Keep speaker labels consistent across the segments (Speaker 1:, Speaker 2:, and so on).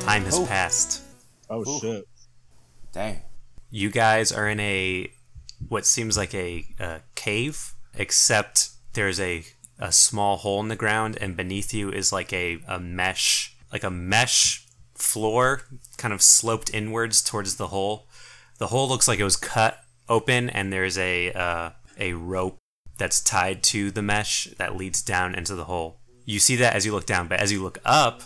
Speaker 1: Time has
Speaker 2: Oh.
Speaker 1: passed.
Speaker 3: Oh
Speaker 2: Ooh.
Speaker 3: shit.
Speaker 2: Dang.
Speaker 1: You guys are in a what seems like a, uh cave, except there's a a small hole in the ground, and beneath you is like a, a mesh, like a mesh floor, kind of sloped inwards towards the hole. The hole looks like it was cut open, and there's a uh, a rope that's tied to the mesh that leads down into the hole. You see that as you look down, but as you look up,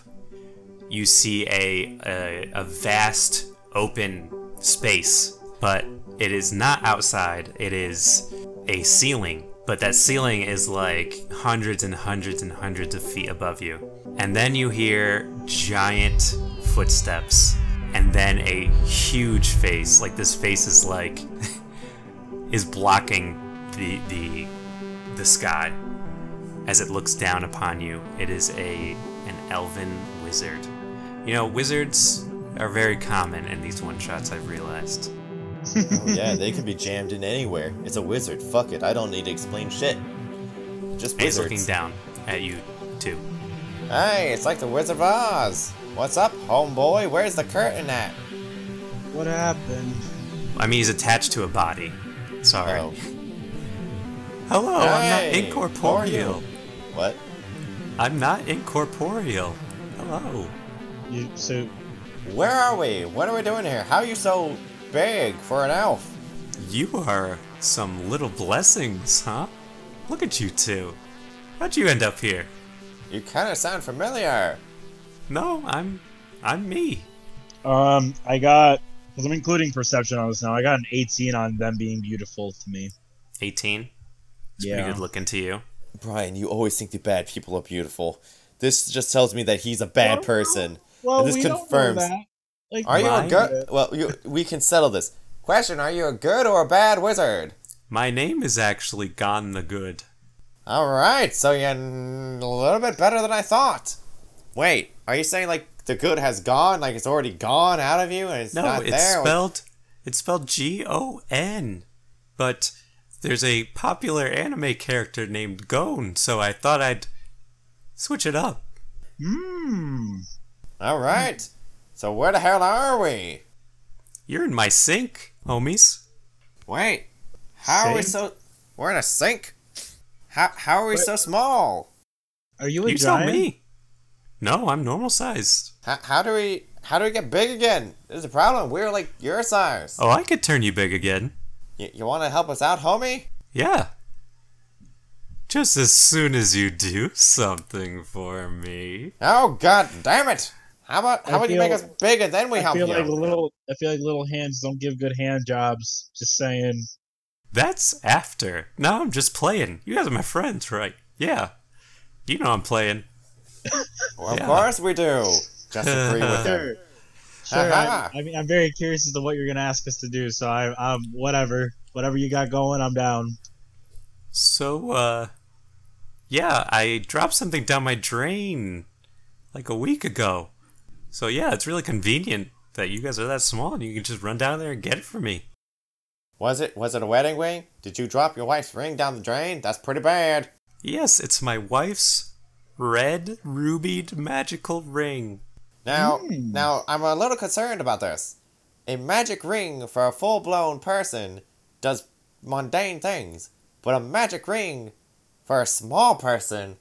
Speaker 1: you see a, a a vast open space, but it is not outside. It is a ceiling, but that ceiling is like hundreds and hundreds and hundreds of feet above you. And then you hear giant footsteps, and then a huge face. Like this face is like is blocking the the the sky as it looks down upon you. It is a an elven wizard. You know, wizards are very common in these one shots. I've realized.
Speaker 4: Oh, yeah, they could be jammed in anywhere. It's a wizard. Fuck it. I don't need to explain shit. Just
Speaker 1: And He's
Speaker 4: wizards.
Speaker 1: looking down at you too.
Speaker 4: Hey, it's like the Wizard of Oz. What's up, homeboy? Where's the curtain at?
Speaker 3: What happened?
Speaker 1: I mean, he's attached to a body. Sorry.
Speaker 4: Oh,
Speaker 1: Hello, Oh, I'm not
Speaker 4: Hey, how are
Speaker 1: incorporeal.
Speaker 4: you? what?
Speaker 1: I'm not incorporeal. Hello.
Speaker 3: You so
Speaker 4: Where are we? What are we doing here? How are you so big for an elf?
Speaker 1: You are some little blessings, huh? Look at you two. How'd you end up here?
Speaker 4: You kind of sound familiar.
Speaker 1: No, I'm, I'm me.
Speaker 3: um I got because I'm including perception on this now. I got an 18 on them being beautiful to me.
Speaker 1: 18. It's
Speaker 3: Yeah.
Speaker 1: pretty good looking to you.
Speaker 4: Brian, you always think the bad people are beautiful. This just tells me that he's a bad
Speaker 3: Well,
Speaker 4: person.
Speaker 3: Well,
Speaker 4: This
Speaker 3: we
Speaker 4: confirms-
Speaker 3: don't know that. Like,
Speaker 4: Are you a
Speaker 1: Brian?
Speaker 4: good? Well, you, we can settle this question. Are you a good or a bad wizard?
Speaker 1: My name is actually Gone the Good.
Speaker 4: All right, so you're n- a little bit better than I thought. Wait, are you saying like the good has gone, like it's already gone out of you, and it's
Speaker 1: No,
Speaker 4: not
Speaker 1: it's
Speaker 4: there?
Speaker 1: spelled it's spelled G O N. But there's a popular anime character named Gon, so I thought I'd switch it up.
Speaker 3: Hmm.
Speaker 4: All right, so where the hell are we?
Speaker 1: You're in my sink, homies.
Speaker 4: Wait, how are we so? We're in a sink. How how are we so small?
Speaker 3: Are you a
Speaker 1: You tell
Speaker 3: giant?
Speaker 1: me. No, I'm normal sized.
Speaker 4: How, how do we how do we get big again? There's a problem. We're like your size.
Speaker 1: Oh, I could turn you big again.
Speaker 4: Y- you want to help us out, homie?
Speaker 1: Yeah. Just as soon as you do something for me.
Speaker 4: Oh god damn it! How about how
Speaker 3: I
Speaker 4: about you make
Speaker 3: feel-
Speaker 4: us big and then we
Speaker 3: I
Speaker 4: help
Speaker 3: feel
Speaker 4: you?
Speaker 3: like little. I feel like little hands don't give good hand jobs. Just saying.
Speaker 1: That's after. No, I'm just playing. You guys are my friends, right? Yeah. You know I'm playing.
Speaker 4: Well,
Speaker 1: Yeah.
Speaker 4: Of course we do. Just agree with him.
Speaker 3: Sure. Sure. I,
Speaker 4: Aha.
Speaker 3: I mean, I'm very curious as to what you're gonna ask us to do. So I, I'm whatever, whatever you got going, I'm down.
Speaker 1: So, uh, yeah, I dropped something down my drain like a week ago. So, yeah, it's really convenient that you guys are that small and you can just run down there and get it for me.
Speaker 4: Was it was it a wedding ring? Did you drop your wife's ring down the drain? That's pretty bad.
Speaker 1: Yes, it's my wife's red rubied magical ring.
Speaker 4: Now
Speaker 3: Hmm.
Speaker 4: now I'm a little concerned about this. A magic ring for a full blown person does mundane things, but a magic ring for a small person,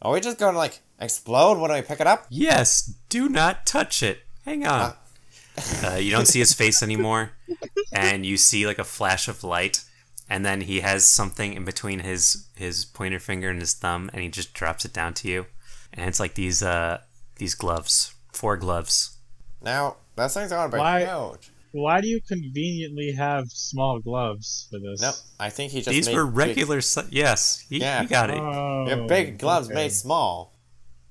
Speaker 4: are we just going to like explode when we pick it up?
Speaker 1: Yes, do not touch it. Hang on. Uh, you don't see his face anymore, and you see like a flash of light, and then he has something in between his his pointer finger and his thumb, and he just drops it down to you, and it's like these uh these gloves, four gloves.
Speaker 4: Now that thing's gonna be
Speaker 3: Why-
Speaker 4: huge.
Speaker 3: Why do you conveniently have small gloves for this?
Speaker 4: Nope, I think he just
Speaker 1: these
Speaker 4: made
Speaker 1: were
Speaker 4: big-
Speaker 1: regular. si- yes, he,
Speaker 4: Yeah.
Speaker 1: he got it.
Speaker 3: Oh,
Speaker 4: they're big gloves
Speaker 3: okay.
Speaker 4: made small.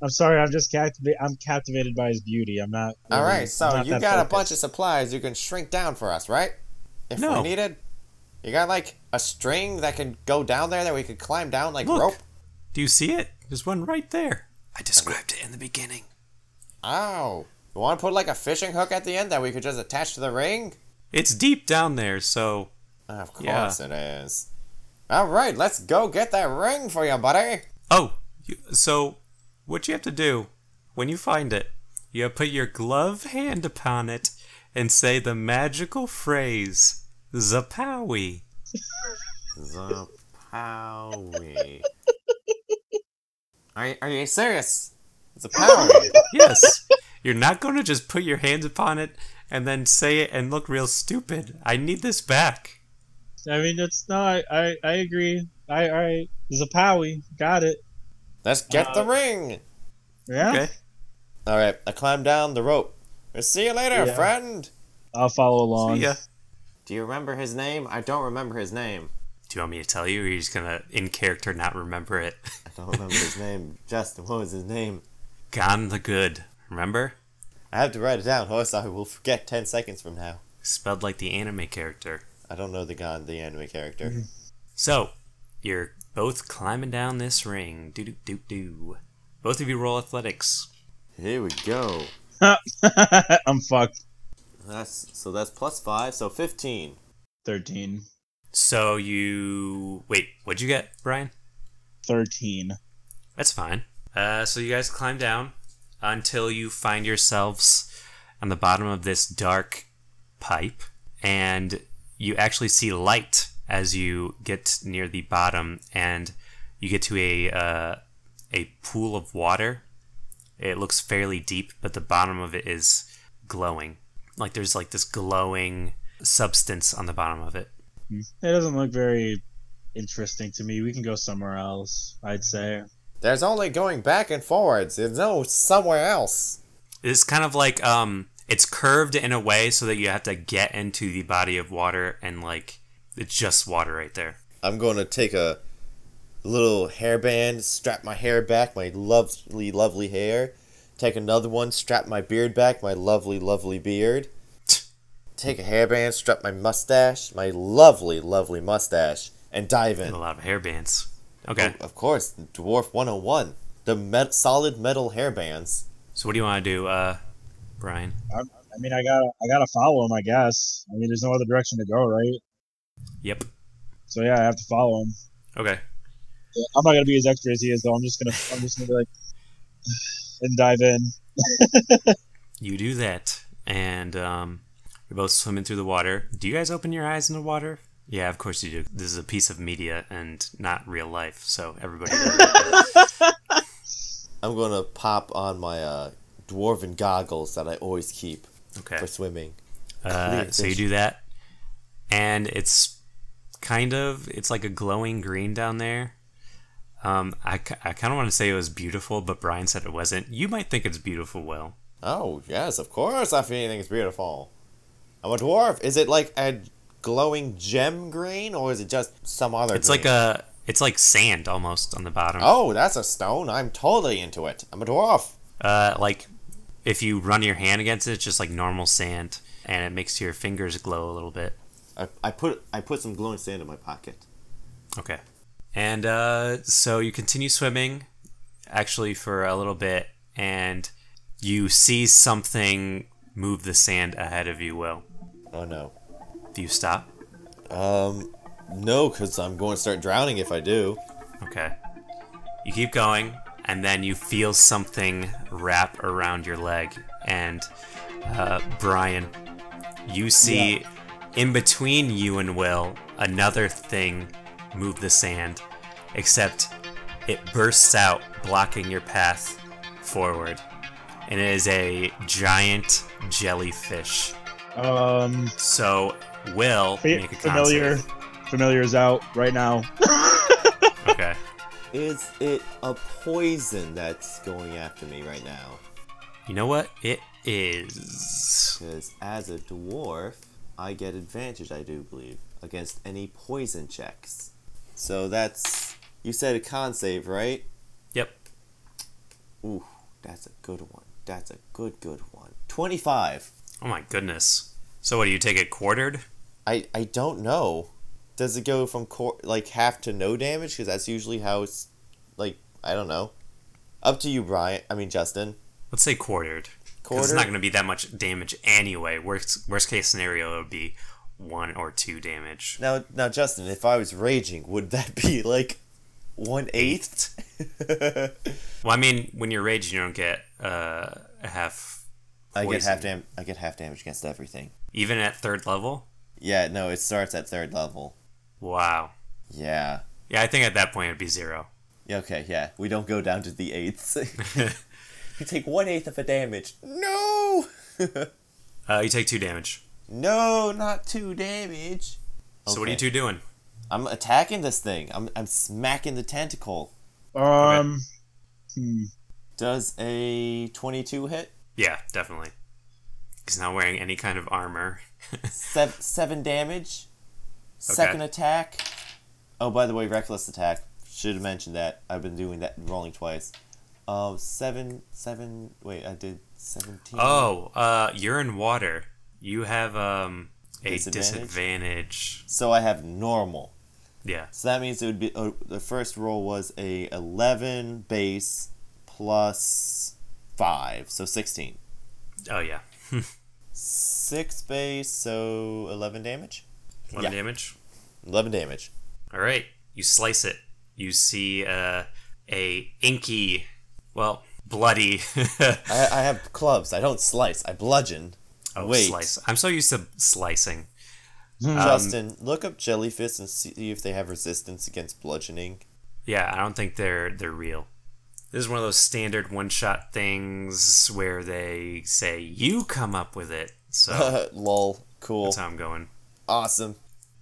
Speaker 3: I'm sorry. I'm just captivated. I'm captivated by his beauty. I'm not.
Speaker 4: All
Speaker 3: really-
Speaker 4: right,
Speaker 3: I'm
Speaker 4: so
Speaker 3: not
Speaker 4: you
Speaker 3: that
Speaker 4: got a
Speaker 3: focused.
Speaker 4: bunch of supplies you can shrink down for us, right? If
Speaker 1: No.
Speaker 4: we needed, you got like a string that can go down there that we could climb down like
Speaker 1: Look.
Speaker 4: rope.
Speaker 1: Do you see it? There's one right there. I described it in the beginning.
Speaker 4: Oh, you want to put like a fishing hook at the end that we could just attach to the ring?
Speaker 1: It's deep down there, so
Speaker 4: Of course
Speaker 1: Yeah.
Speaker 4: it is. All right, let's go get that ring for you, buddy.
Speaker 1: Oh, you, so what you have to do when you find it You put your glove hand upon it and say the magical phrase, Zapowie.
Speaker 4: Zapowie. Are you, are you serious? Zapowie.
Speaker 1: Yes. You're not going to just put your hands upon it and then say it and look real stupid. I need this back.
Speaker 3: I mean, it's not. I I agree. I all right. Zapowie, got it.
Speaker 4: Let's get the ring.
Speaker 3: Yeah.
Speaker 1: Okay.
Speaker 4: All right, I climb down the rope. See you later,
Speaker 3: Yeah.
Speaker 4: friend.
Speaker 3: I'll follow along.
Speaker 1: See ya.
Speaker 4: Do you remember his name? I don't remember his name.
Speaker 1: Do you want me to tell you, or are you just gonna, in character, not remember it?
Speaker 4: I don't remember his name. Justin, what was his name?
Speaker 1: Gone the Good. Remember?
Speaker 4: I have to write it down, or else I will forget 10 seconds from now.
Speaker 1: Spelled like the anime character.
Speaker 4: I don't know the guy, the anime character.
Speaker 1: So, you're both climbing down this ring. Doo doo doo doo. Both of you roll athletics.
Speaker 4: Here we go.
Speaker 3: I'm fucked.
Speaker 4: That's so that's plus five, so fifteen.
Speaker 3: Thirteen.
Speaker 1: So you wait. What'd you get, Brian?
Speaker 3: Thirteen.
Speaker 1: That's fine. Uh, so you guys climb down until you find yourselves on the bottom of this dark pipe, and you actually see light as you get near the bottom, and you get to a uh, a pool of water. It looks fairly deep, but the bottom of it is glowing. Like there's like this glowing substance on the bottom of it.
Speaker 3: It doesn't look very interesting to me. We can go somewhere else. I'd say.
Speaker 4: There's only going back and forwards. There's no somewhere else.
Speaker 1: It's kind of like um, it's curved in a way so that you have to get into the body of water and like it's just water right there.
Speaker 4: I'm going to take a little hairband, strap my hair back, my lovely, lovely hair. Take another one, strap my beard back, my lovely, lovely beard. Take a hairband, strap my mustache, my lovely, lovely mustache, and dive in.
Speaker 1: A lot of hair bands. Okay,
Speaker 4: Of course, Dwarf 101. The met- solid metal hairbands.
Speaker 1: so what do you want to do, uh, Brian?
Speaker 3: I'm, I mean, I gotta I gotta follow him. I guess. I mean, there's no other direction to go, right?
Speaker 1: Yep.
Speaker 3: So yeah, I have to follow him.
Speaker 1: Okay.
Speaker 3: I'm not gonna be as extra as he is, though. I'm just gonna I'm just gonna be like and dive in.
Speaker 1: You do that, and um, you're both swimming through the water. Do you guys open your eyes in the water? Yeah, of course you do. This is a piece of media and not real life, so everybody.
Speaker 4: I'm going to pop on my uh, dwarven goggles that I always keep
Speaker 1: okay.
Speaker 4: for swimming.
Speaker 1: Uh,
Speaker 4: Clear
Speaker 1: so you
Speaker 4: fish.
Speaker 1: do that, and it's kind of it's like a glowing green down there. Um, I, ki- I kind of want to say it was beautiful, but Brian said it wasn't. You might think it's beautiful, Will.
Speaker 4: Oh, yes, of course. I feel anything is beautiful. I'm a dwarf. Is it like a glowing gem green or is it just some other
Speaker 1: It's like a it's like sand almost on the bottom.
Speaker 4: Oh, that's a stone. I'm totally into it. I'm a dwarf.
Speaker 1: Uh, like if you run your hand against it, it's just like normal sand, and it makes your fingers glow a little bit.
Speaker 4: I, I put I put some glowing sand in my pocket.
Speaker 1: Okay. And uh, so you continue swimming, actually, for a little bit, and you see something move the sand ahead of you, Will.
Speaker 4: Oh no.
Speaker 1: Do you stop?
Speaker 4: Um no, cuz I'm going to start drowning if I do.
Speaker 1: Okay. You keep going, and then you feel something wrap around your leg. And, uh, Brian, you see in between you and Will another thing move the sand, except it bursts out, blocking your path forward. And it is a giant jellyfish.
Speaker 3: Um,
Speaker 1: So, Will,
Speaker 3: fa-
Speaker 1: make a con
Speaker 3: familiar,
Speaker 1: save.
Speaker 3: familiar is out right now.
Speaker 1: Okay.
Speaker 4: Is it a poison that's going after me right now?
Speaker 1: You know what? It is.
Speaker 4: Cuz as a dwarf, I get advantage, I do believe, against any poison checks. So that's you said a con save, right?
Speaker 1: Yep.
Speaker 4: Ooh, that's a good one. That's a good, good one. 25.
Speaker 1: Oh my goodness. So what do you take it quartered?
Speaker 4: I, I don't know. Does it go from cor- like half to no damage? Because that's usually how it's like, I don't know. Up to you, Brian. I mean, Justin.
Speaker 1: Let's say quartered. 'Cause It's
Speaker 4: Quarter?
Speaker 1: not going to be that much damage anyway. Worst worst case scenario it would be one or two damage.
Speaker 4: Now, now, Justin, if I was raging, would that be like one eighth?
Speaker 1: Well, I mean, when you're raging, you don't get uh, a half
Speaker 4: I get
Speaker 1: Poison.
Speaker 4: half dam- I get half damage against everything.
Speaker 1: Even at third level?
Speaker 4: Yeah, no, it starts at third level.
Speaker 1: Wow.
Speaker 4: Yeah.
Speaker 1: Yeah, I think at that point it'd be zero.
Speaker 4: Yeah, Okay, yeah. We don't go down to the eighths. you take one eighth of a damage. No!
Speaker 1: Uh, you take two damage.
Speaker 4: no, not two damage.
Speaker 1: So what are you
Speaker 4: Okay.
Speaker 1: two doing?
Speaker 4: I'm attacking this thing. I'm, I'm smacking the tentacle.
Speaker 3: Um, hmm.
Speaker 4: Does a 22 hit?
Speaker 1: Yeah, definitely. He's not wearing any kind of armor.
Speaker 4: Seven, seven damage. Second attack. Oh, by the way, reckless attack. Should have mentioned that. I've been doing that, rolling twice. Um, seven, seven. Wait, I did seventeen.
Speaker 1: Oh, uh, you're in water. You have um a
Speaker 4: Disadvantage?
Speaker 1: disadvantage.
Speaker 4: So I have normal.
Speaker 1: Yeah.
Speaker 4: So that means it would be uh, the first roll was a eleven base plus five, so sixteen.
Speaker 1: Oh yeah.
Speaker 4: Six base, so eleven damage.
Speaker 1: One
Speaker 4: Yeah.
Speaker 1: damage.
Speaker 4: Eleven damage.
Speaker 1: All right. You slice it. You see uh, a inky, well, bloody.
Speaker 4: I, I have clubs. I don't slice. I bludgeon.
Speaker 1: oh,
Speaker 4: Wait.
Speaker 1: slice. I'm so used to slicing.
Speaker 4: Justin, look up jellyfish and see if they have resistance against bludgeoning.
Speaker 1: Yeah, I don't think they're they're real. This is one of those standard one-shot things where they say you come up with it. So
Speaker 4: Lol. Cool.
Speaker 1: that's how I'm going.
Speaker 4: Awesome.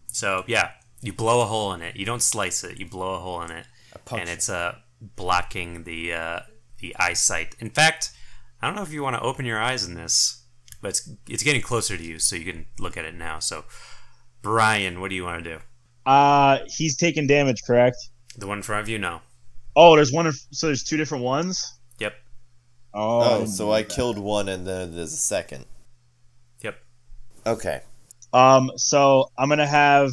Speaker 1: So yeah, you blow a hole in it. You don't slice it. You blow a hole in it,
Speaker 4: punch
Speaker 1: and
Speaker 4: it.
Speaker 1: it's uh blocking the uh, the eyesight. In fact, I don't know if you want to open your eyes in this, but it's it's getting closer to you, so you can look at it now. So, Brian, what do you want to do?
Speaker 3: Uh, he's taking damage, correct?
Speaker 1: The one in front of you, no.
Speaker 3: Oh, there's one. in- So there's two different ones.
Speaker 1: Yep,
Speaker 4: Oh,
Speaker 3: Oh,
Speaker 4: so I killed one and then there's a second.
Speaker 1: yep.
Speaker 4: Okay.
Speaker 3: Um, so I'm gonna have,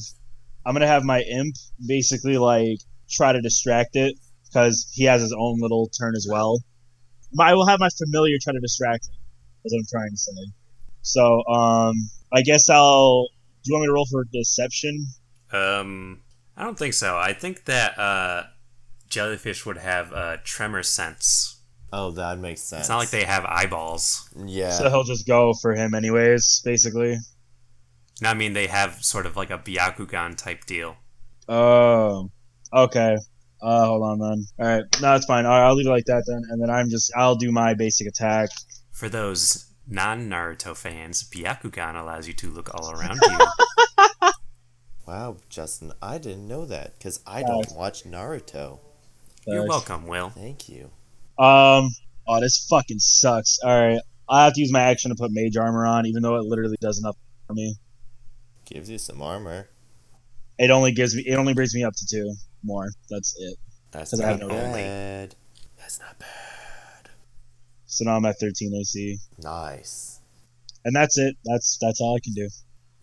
Speaker 3: I'm gonna have my imp basically like try to distract it because he has his own little turn as well. But I will have my familiar try to distract it, is what I'm trying to say. So um, I guess I'll. Do you want me to roll for deception?
Speaker 1: Um, I don't think so. I think that uh, jellyfish would have uh, tremor sense.
Speaker 4: Oh, that makes sense.
Speaker 1: It's not like they have eyeballs.
Speaker 4: Yeah.
Speaker 3: So he'll just go for him anyways, basically.
Speaker 1: No, I mean they have sort of like a Byakugan type deal.
Speaker 3: Oh, okay. Uh, hold on then. All right, no, it's fine. All right, I'll leave it like that then, and then I'm just I'll do my basic attack.
Speaker 1: For those non Naruto fans, Byakugan allows you to look all around you.
Speaker 4: wow, Justin, I didn't know that because I don't watch Naruto.
Speaker 1: You're welcome, Will.
Speaker 4: Thank you.
Speaker 3: Um. Oh, this fucking sucks. All right, I have to use my action to put mage armor on, even though it literally does nothing for me.
Speaker 4: Gives you some armor.
Speaker 3: It only gives me. It only brings me up to two more. That's it.
Speaker 4: That's
Speaker 3: 'Cause I have
Speaker 4: not
Speaker 3: no
Speaker 4: bad. That's not bad.
Speaker 3: So now I'm at 13 AC,
Speaker 4: Nice.
Speaker 3: and that's it. That's that's all I can do.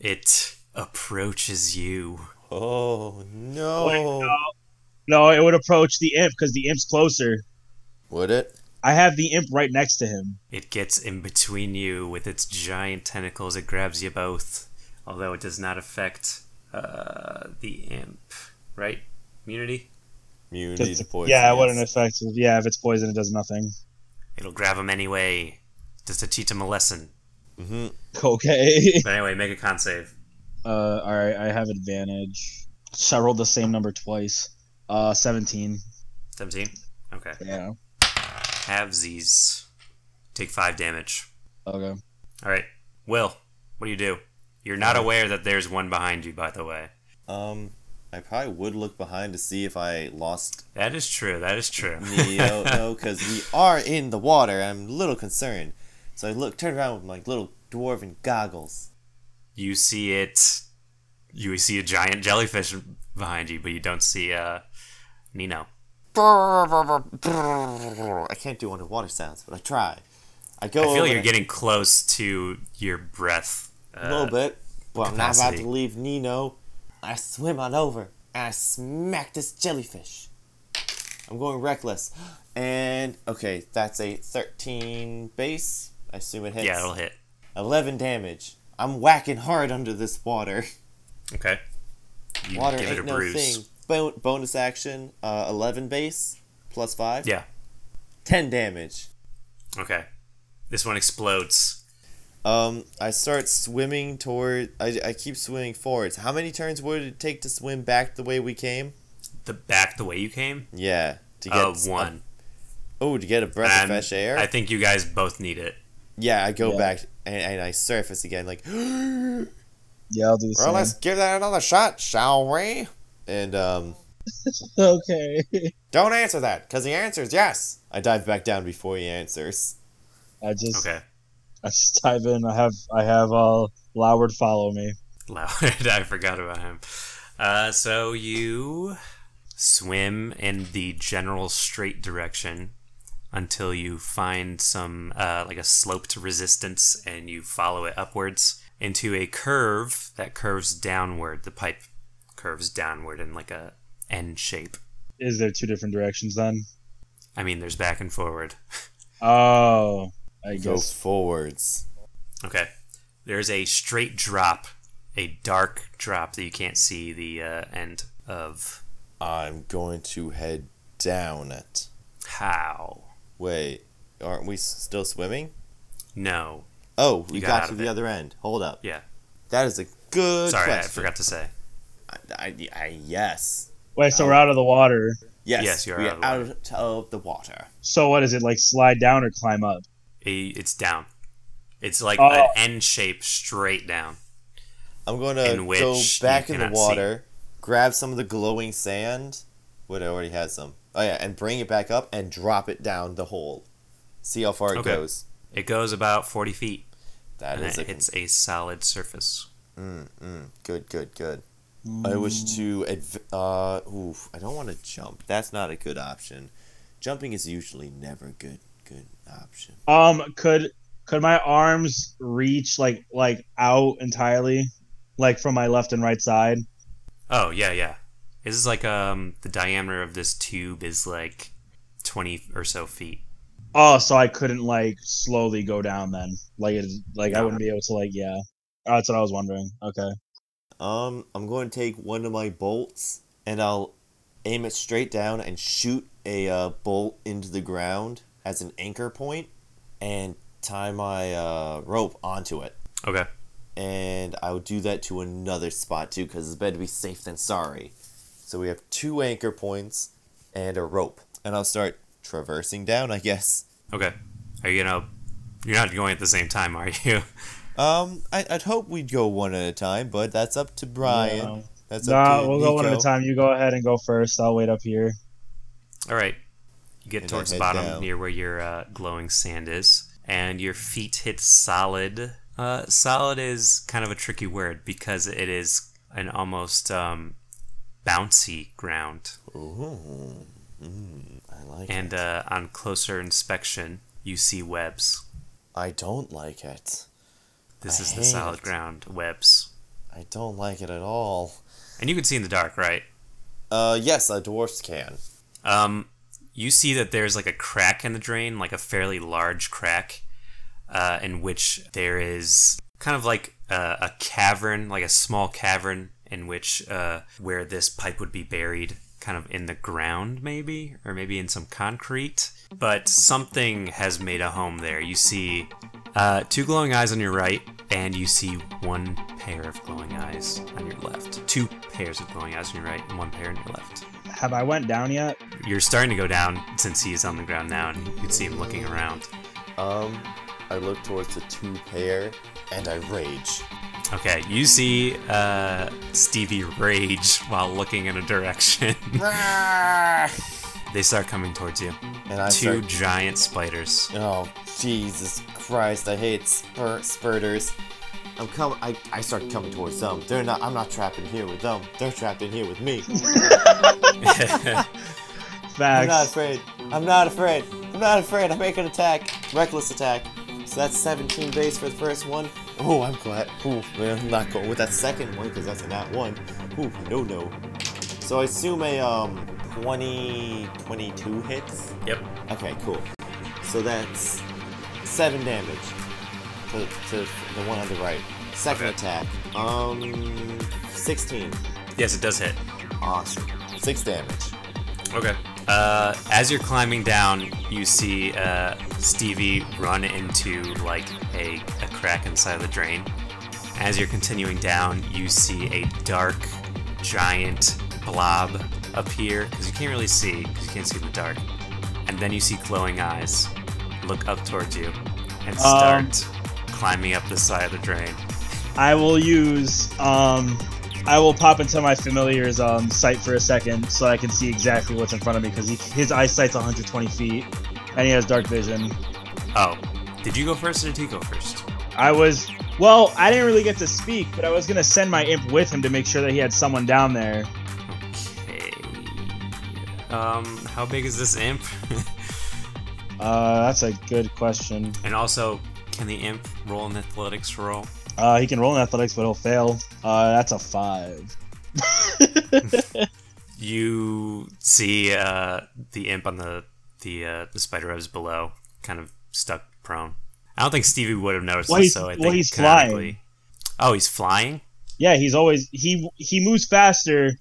Speaker 1: It approaches you.
Speaker 4: Oh no.
Speaker 3: No, it would approach the imp because the imp's closer.
Speaker 4: Would it?
Speaker 3: I have the imp right next to him.
Speaker 1: It gets in between you with its giant tentacles. It grabs you both, although it does not affect uh, the imp, right? Immunity?
Speaker 4: You
Speaker 3: It's-
Speaker 4: need poison.
Speaker 3: yeah, it
Speaker 4: yes.
Speaker 3: wouldn't affect. Yeah, if it's poison, it does nothing.
Speaker 1: It'll grab him anyway, just to teach him a lesson.
Speaker 4: Mm-hmm.
Speaker 3: Okay.
Speaker 1: But anyway, make a con save.
Speaker 3: Uh, all right, I have advantage. So I rolled the same number twice. Uh, 17.
Speaker 1: 17? Okay.
Speaker 3: Yeah.
Speaker 1: Have these. Take 5 damage.
Speaker 3: Okay.
Speaker 1: Alright. Will, what do you do? You're not aware that there's one behind you, by the way.
Speaker 4: Um, I probably would look behind to see if I lost
Speaker 1: That is true. That is true.
Speaker 4: Neo. no, because we are in the water. I'm a little concerned. So I look, turn around with my little dwarven goggles.
Speaker 1: you see it. You see a giant jellyfish behind you, but you don't see uh, Nino.
Speaker 4: I can't do underwater sounds, but I try. I go
Speaker 1: I feel
Speaker 4: over
Speaker 1: you're
Speaker 4: to-
Speaker 1: getting close to your breath.
Speaker 4: a little
Speaker 1: Uh,
Speaker 4: bit, but I'm not about
Speaker 1: capacity.
Speaker 4: to leave Nino. I swim on over and I smack this jellyfish. I'm going reckless, and okay, that's a 13 base. I assume it hits.
Speaker 1: yeah, it'll hit.
Speaker 4: 11 damage. I'm whacking hard under this water.
Speaker 1: Okay. You
Speaker 4: Water
Speaker 1: give it a
Speaker 4: ain't no
Speaker 1: bruise.
Speaker 4: thing. Bo- bonus action, uh, 11 base, plus 5.
Speaker 1: Yeah.
Speaker 4: 10 damage.
Speaker 1: Okay. This one explodes.
Speaker 4: Um, I start swimming toward. I, I keep swimming forwards. How many turns would it take to swim back the way we came?
Speaker 1: The back the way you came.
Speaker 4: Yeah, to get
Speaker 1: Uh,
Speaker 4: s-
Speaker 1: one.
Speaker 4: oh, to get a breath
Speaker 1: And
Speaker 4: of fresh air.
Speaker 1: I think you guys both need it.
Speaker 4: yeah, I go
Speaker 3: Yeah.
Speaker 4: back and, and I surface again, like, well,
Speaker 3: Yeah, I'll do the same.
Speaker 4: let's give that another shot, shall we? And um,
Speaker 3: Okay.
Speaker 4: don't answer that, cause he answers yes. I dive back down before he answers.
Speaker 3: I just
Speaker 1: Okay.
Speaker 3: I just dive in. I have I have uh Loward follow me.
Speaker 1: Loud. I forgot about him. Uh, so you swim in the general straight direction until you find some uh, like a sloped resistance, and you follow it upwards into a curve that curves downward. The pipe curves downward in like a N shape.
Speaker 3: Is there two different directions then?
Speaker 1: I mean, there's back and forward.
Speaker 3: Oh, I
Speaker 4: Go
Speaker 3: guess.
Speaker 4: forwards.
Speaker 1: Okay. There's a straight drop, a dark drop that you can't see the uh, end of.
Speaker 4: I'm going to head down it.
Speaker 1: How?
Speaker 4: Wait, aren't we s- still swimming?
Speaker 1: No.
Speaker 4: Oh, we
Speaker 1: got
Speaker 4: got,
Speaker 1: out
Speaker 4: to
Speaker 1: of
Speaker 4: the
Speaker 1: it.
Speaker 4: other end. Hold up.
Speaker 1: Yeah.
Speaker 4: That is a good
Speaker 1: Sorry,
Speaker 4: question.
Speaker 1: I forgot to say.
Speaker 4: I, I, I- yes.
Speaker 3: Wait, so we're out of the water.
Speaker 4: Yes,
Speaker 1: Yes, you are
Speaker 4: we
Speaker 1: out of
Speaker 4: are
Speaker 1: the
Speaker 4: out of the water.
Speaker 3: So what is it like? Slide down or climb up?
Speaker 1: I- It's down. It's like
Speaker 3: Oh.
Speaker 1: an N shape straight down.
Speaker 4: I'm going to
Speaker 1: In which
Speaker 4: go
Speaker 1: you
Speaker 4: back in the
Speaker 1: cannot see.
Speaker 4: water, grab some of the glowing sand. Wait, I already had some. Oh, yeah, and bring it back up and drop it down the hole. See how far it
Speaker 1: Okay.
Speaker 4: goes.
Speaker 1: It goes about 40 feet,
Speaker 4: That
Speaker 1: and
Speaker 4: is
Speaker 1: it,
Speaker 4: a
Speaker 1: it's a solid surface.
Speaker 4: Mm, mm, good, good, good. I wish to adv- uh oof, I don't want to jump. That's not a good option. Jumping is usually never good good option.
Speaker 3: Um, could could my arms reach like like out entirely, like from my left and right side?
Speaker 1: Oh, yeah, yeah. This is like um the diameter of this tube is like 20 or so feet.
Speaker 3: Oh, so I couldn't like slowly go down then. Like it, like I wouldn't be able to like yeah. Oh, that's what I was wondering. Okay.
Speaker 4: Um I'm going to take one of my bolts and I'll aim it straight down and shoot a uh, bolt into the ground as an anchor point and tie my uh, rope onto it.
Speaker 1: Okay.
Speaker 4: and I would do that to another spot too, because it's better to be safe than sorry. So we have two anchor points and a rope, and I'll start traversing down, I guess.
Speaker 1: Okay. Are you gonna? You're not going at the same time, are you?
Speaker 4: Um, I, I'd hope we'd go one at a time, but that's up to Brian.
Speaker 3: No.
Speaker 4: That's up
Speaker 3: Nah,
Speaker 4: to
Speaker 3: we'll go one at a
Speaker 4: Nico.
Speaker 3: time. You go ahead and go first. I'll wait up here.
Speaker 1: All right. You get
Speaker 4: And I
Speaker 1: towards the
Speaker 4: head
Speaker 1: bottom
Speaker 4: down.
Speaker 1: near where your uh, glowing sand is, and your feet hit solid. Uh, solid is kind of a tricky word because it is an almost um, bouncy ground.
Speaker 4: Ooh, mm, I like it.
Speaker 1: And uh, on closer inspection, you see webs.
Speaker 4: I don't like it.
Speaker 1: This
Speaker 4: I
Speaker 1: is the
Speaker 4: hate
Speaker 1: solid
Speaker 4: it.
Speaker 1: ground, webs.
Speaker 4: I don't like it at all.
Speaker 1: And you can see in the dark, right?
Speaker 4: Uh, yes, a dwarfs can.
Speaker 1: Um, you see that there's like a crack in the drain, like a fairly large crack, uh, in which there is kind of like a, a cavern, like a small cavern, in which uh, where this pipe would be buried, kind of in the ground, maybe, or maybe in some concrete. But something has made a home there. You see uh, two glowing eyes on your right, and you see one pair of glowing eyes on your left. Two pairs of glowing eyes on your right, and one pair on your left
Speaker 3: Have I went down yet?
Speaker 1: you're starting to go down since he's on the ground now and you can see him looking around
Speaker 4: Um, I look towards the two pair, and I rage.
Speaker 1: okay you see uh, stevie rage while looking in a direction
Speaker 4: and
Speaker 1: they start coming towards you
Speaker 4: I
Speaker 1: Ah, two
Speaker 4: start
Speaker 1: giant spiders
Speaker 4: Oh Jesus Christ! I hate spur- spurters. I'm coming. I, I start coming towards them. They're not. I'm not trapped in here with them. They're trapped in here with me. I'm not
Speaker 3: Facts.
Speaker 4: afraid. I'm not afraid. I'm not afraid. I make an attack. Reckless attack. So that's 17 base for the first one. Oh, I'm glad. Ooh, well, I'm not going with that second one because that's a nat one. Ooh, no, no. So I assume a um 20, 22 hits.
Speaker 1: yep
Speaker 4: Okay, cool. So that's seven damage to, to the one on the right. Second
Speaker 1: Okay.
Speaker 4: attack. Um, 16.
Speaker 1: yes it does hit
Speaker 4: Awesome. Six damage.
Speaker 1: okay Uh, as you're climbing down, you see uh, Stevie run into like a, a crack inside of the drain. As you're continuing down, you see a dark, giant blob appear because you can't really see because you can't see in the dark. And then you see glowing eyes look up towards you and
Speaker 3: Um.
Speaker 1: start climbing up the side of the drain.
Speaker 3: I will use. Um, I will pop into my familiar's um, sight for a second so I can see exactly what's in front of me because his eyesight's 120 feet and he has dark vision.
Speaker 1: Oh, did you go first or did he go first?
Speaker 3: I was. Well, I didn't really get to speak, but I was gonna send my imp with him to make sure that he had someone down there.
Speaker 1: Okay. Um, how big is this imp?
Speaker 3: Uh, that's a good question.
Speaker 1: and also, can the imp roll an athletics roll?
Speaker 3: Uh, he can roll in athletics, but he'll fail. Uh, that's a five.
Speaker 1: You see uh, the imp on the the uh, the spider webs below, kind of stuck prone. I don't think Stevie would have noticed.
Speaker 3: Well,
Speaker 1: this,
Speaker 3: he's-
Speaker 1: so I think
Speaker 3: well, he's
Speaker 1: canonically- Oh, he's flying.
Speaker 3: Yeah, he's always he he moves faster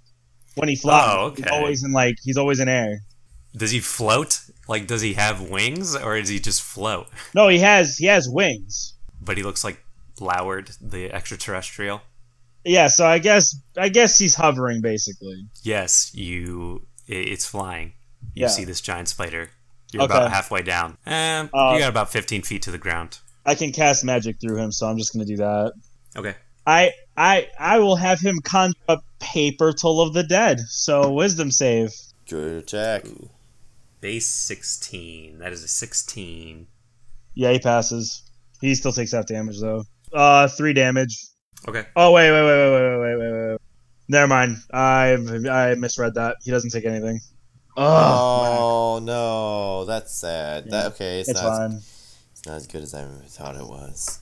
Speaker 3: when he flies.
Speaker 1: Oh, okay.
Speaker 3: He's always in like he's always in air.
Speaker 1: Does he float? Like, does he have wings, or does he just float?
Speaker 3: No, he has he has wings.
Speaker 1: But he looks like Loward, the extraterrestrial.
Speaker 3: Yeah, so I guess I guess he's hovering basically.
Speaker 1: Yes, you. i- It's flying. You
Speaker 3: Yeah.
Speaker 1: see this giant spider. You're
Speaker 3: Okay.
Speaker 1: about halfway down. Eh,
Speaker 3: Uh,
Speaker 1: you got about 15 feet to the ground.
Speaker 3: I can cast magic through him, so I'm just gonna do that.
Speaker 1: Okay.
Speaker 3: I I I will have him conjure up paper toll of the dead. So wisdom save.
Speaker 4: Drew check.
Speaker 1: Base 16. That is a 16.
Speaker 3: Yeah, he passes. He still takes half damage though. Uh, three damage.
Speaker 1: Okay.
Speaker 3: Oh wait, wait, wait, wait, wait, wait, wait, wait, wait. Never mind. I I misread that. He doesn't take anything. Oh,
Speaker 4: Oh no, that's sad. That okay, it's,
Speaker 3: it's
Speaker 4: not
Speaker 3: fine.
Speaker 4: it's not as good as I thought it was.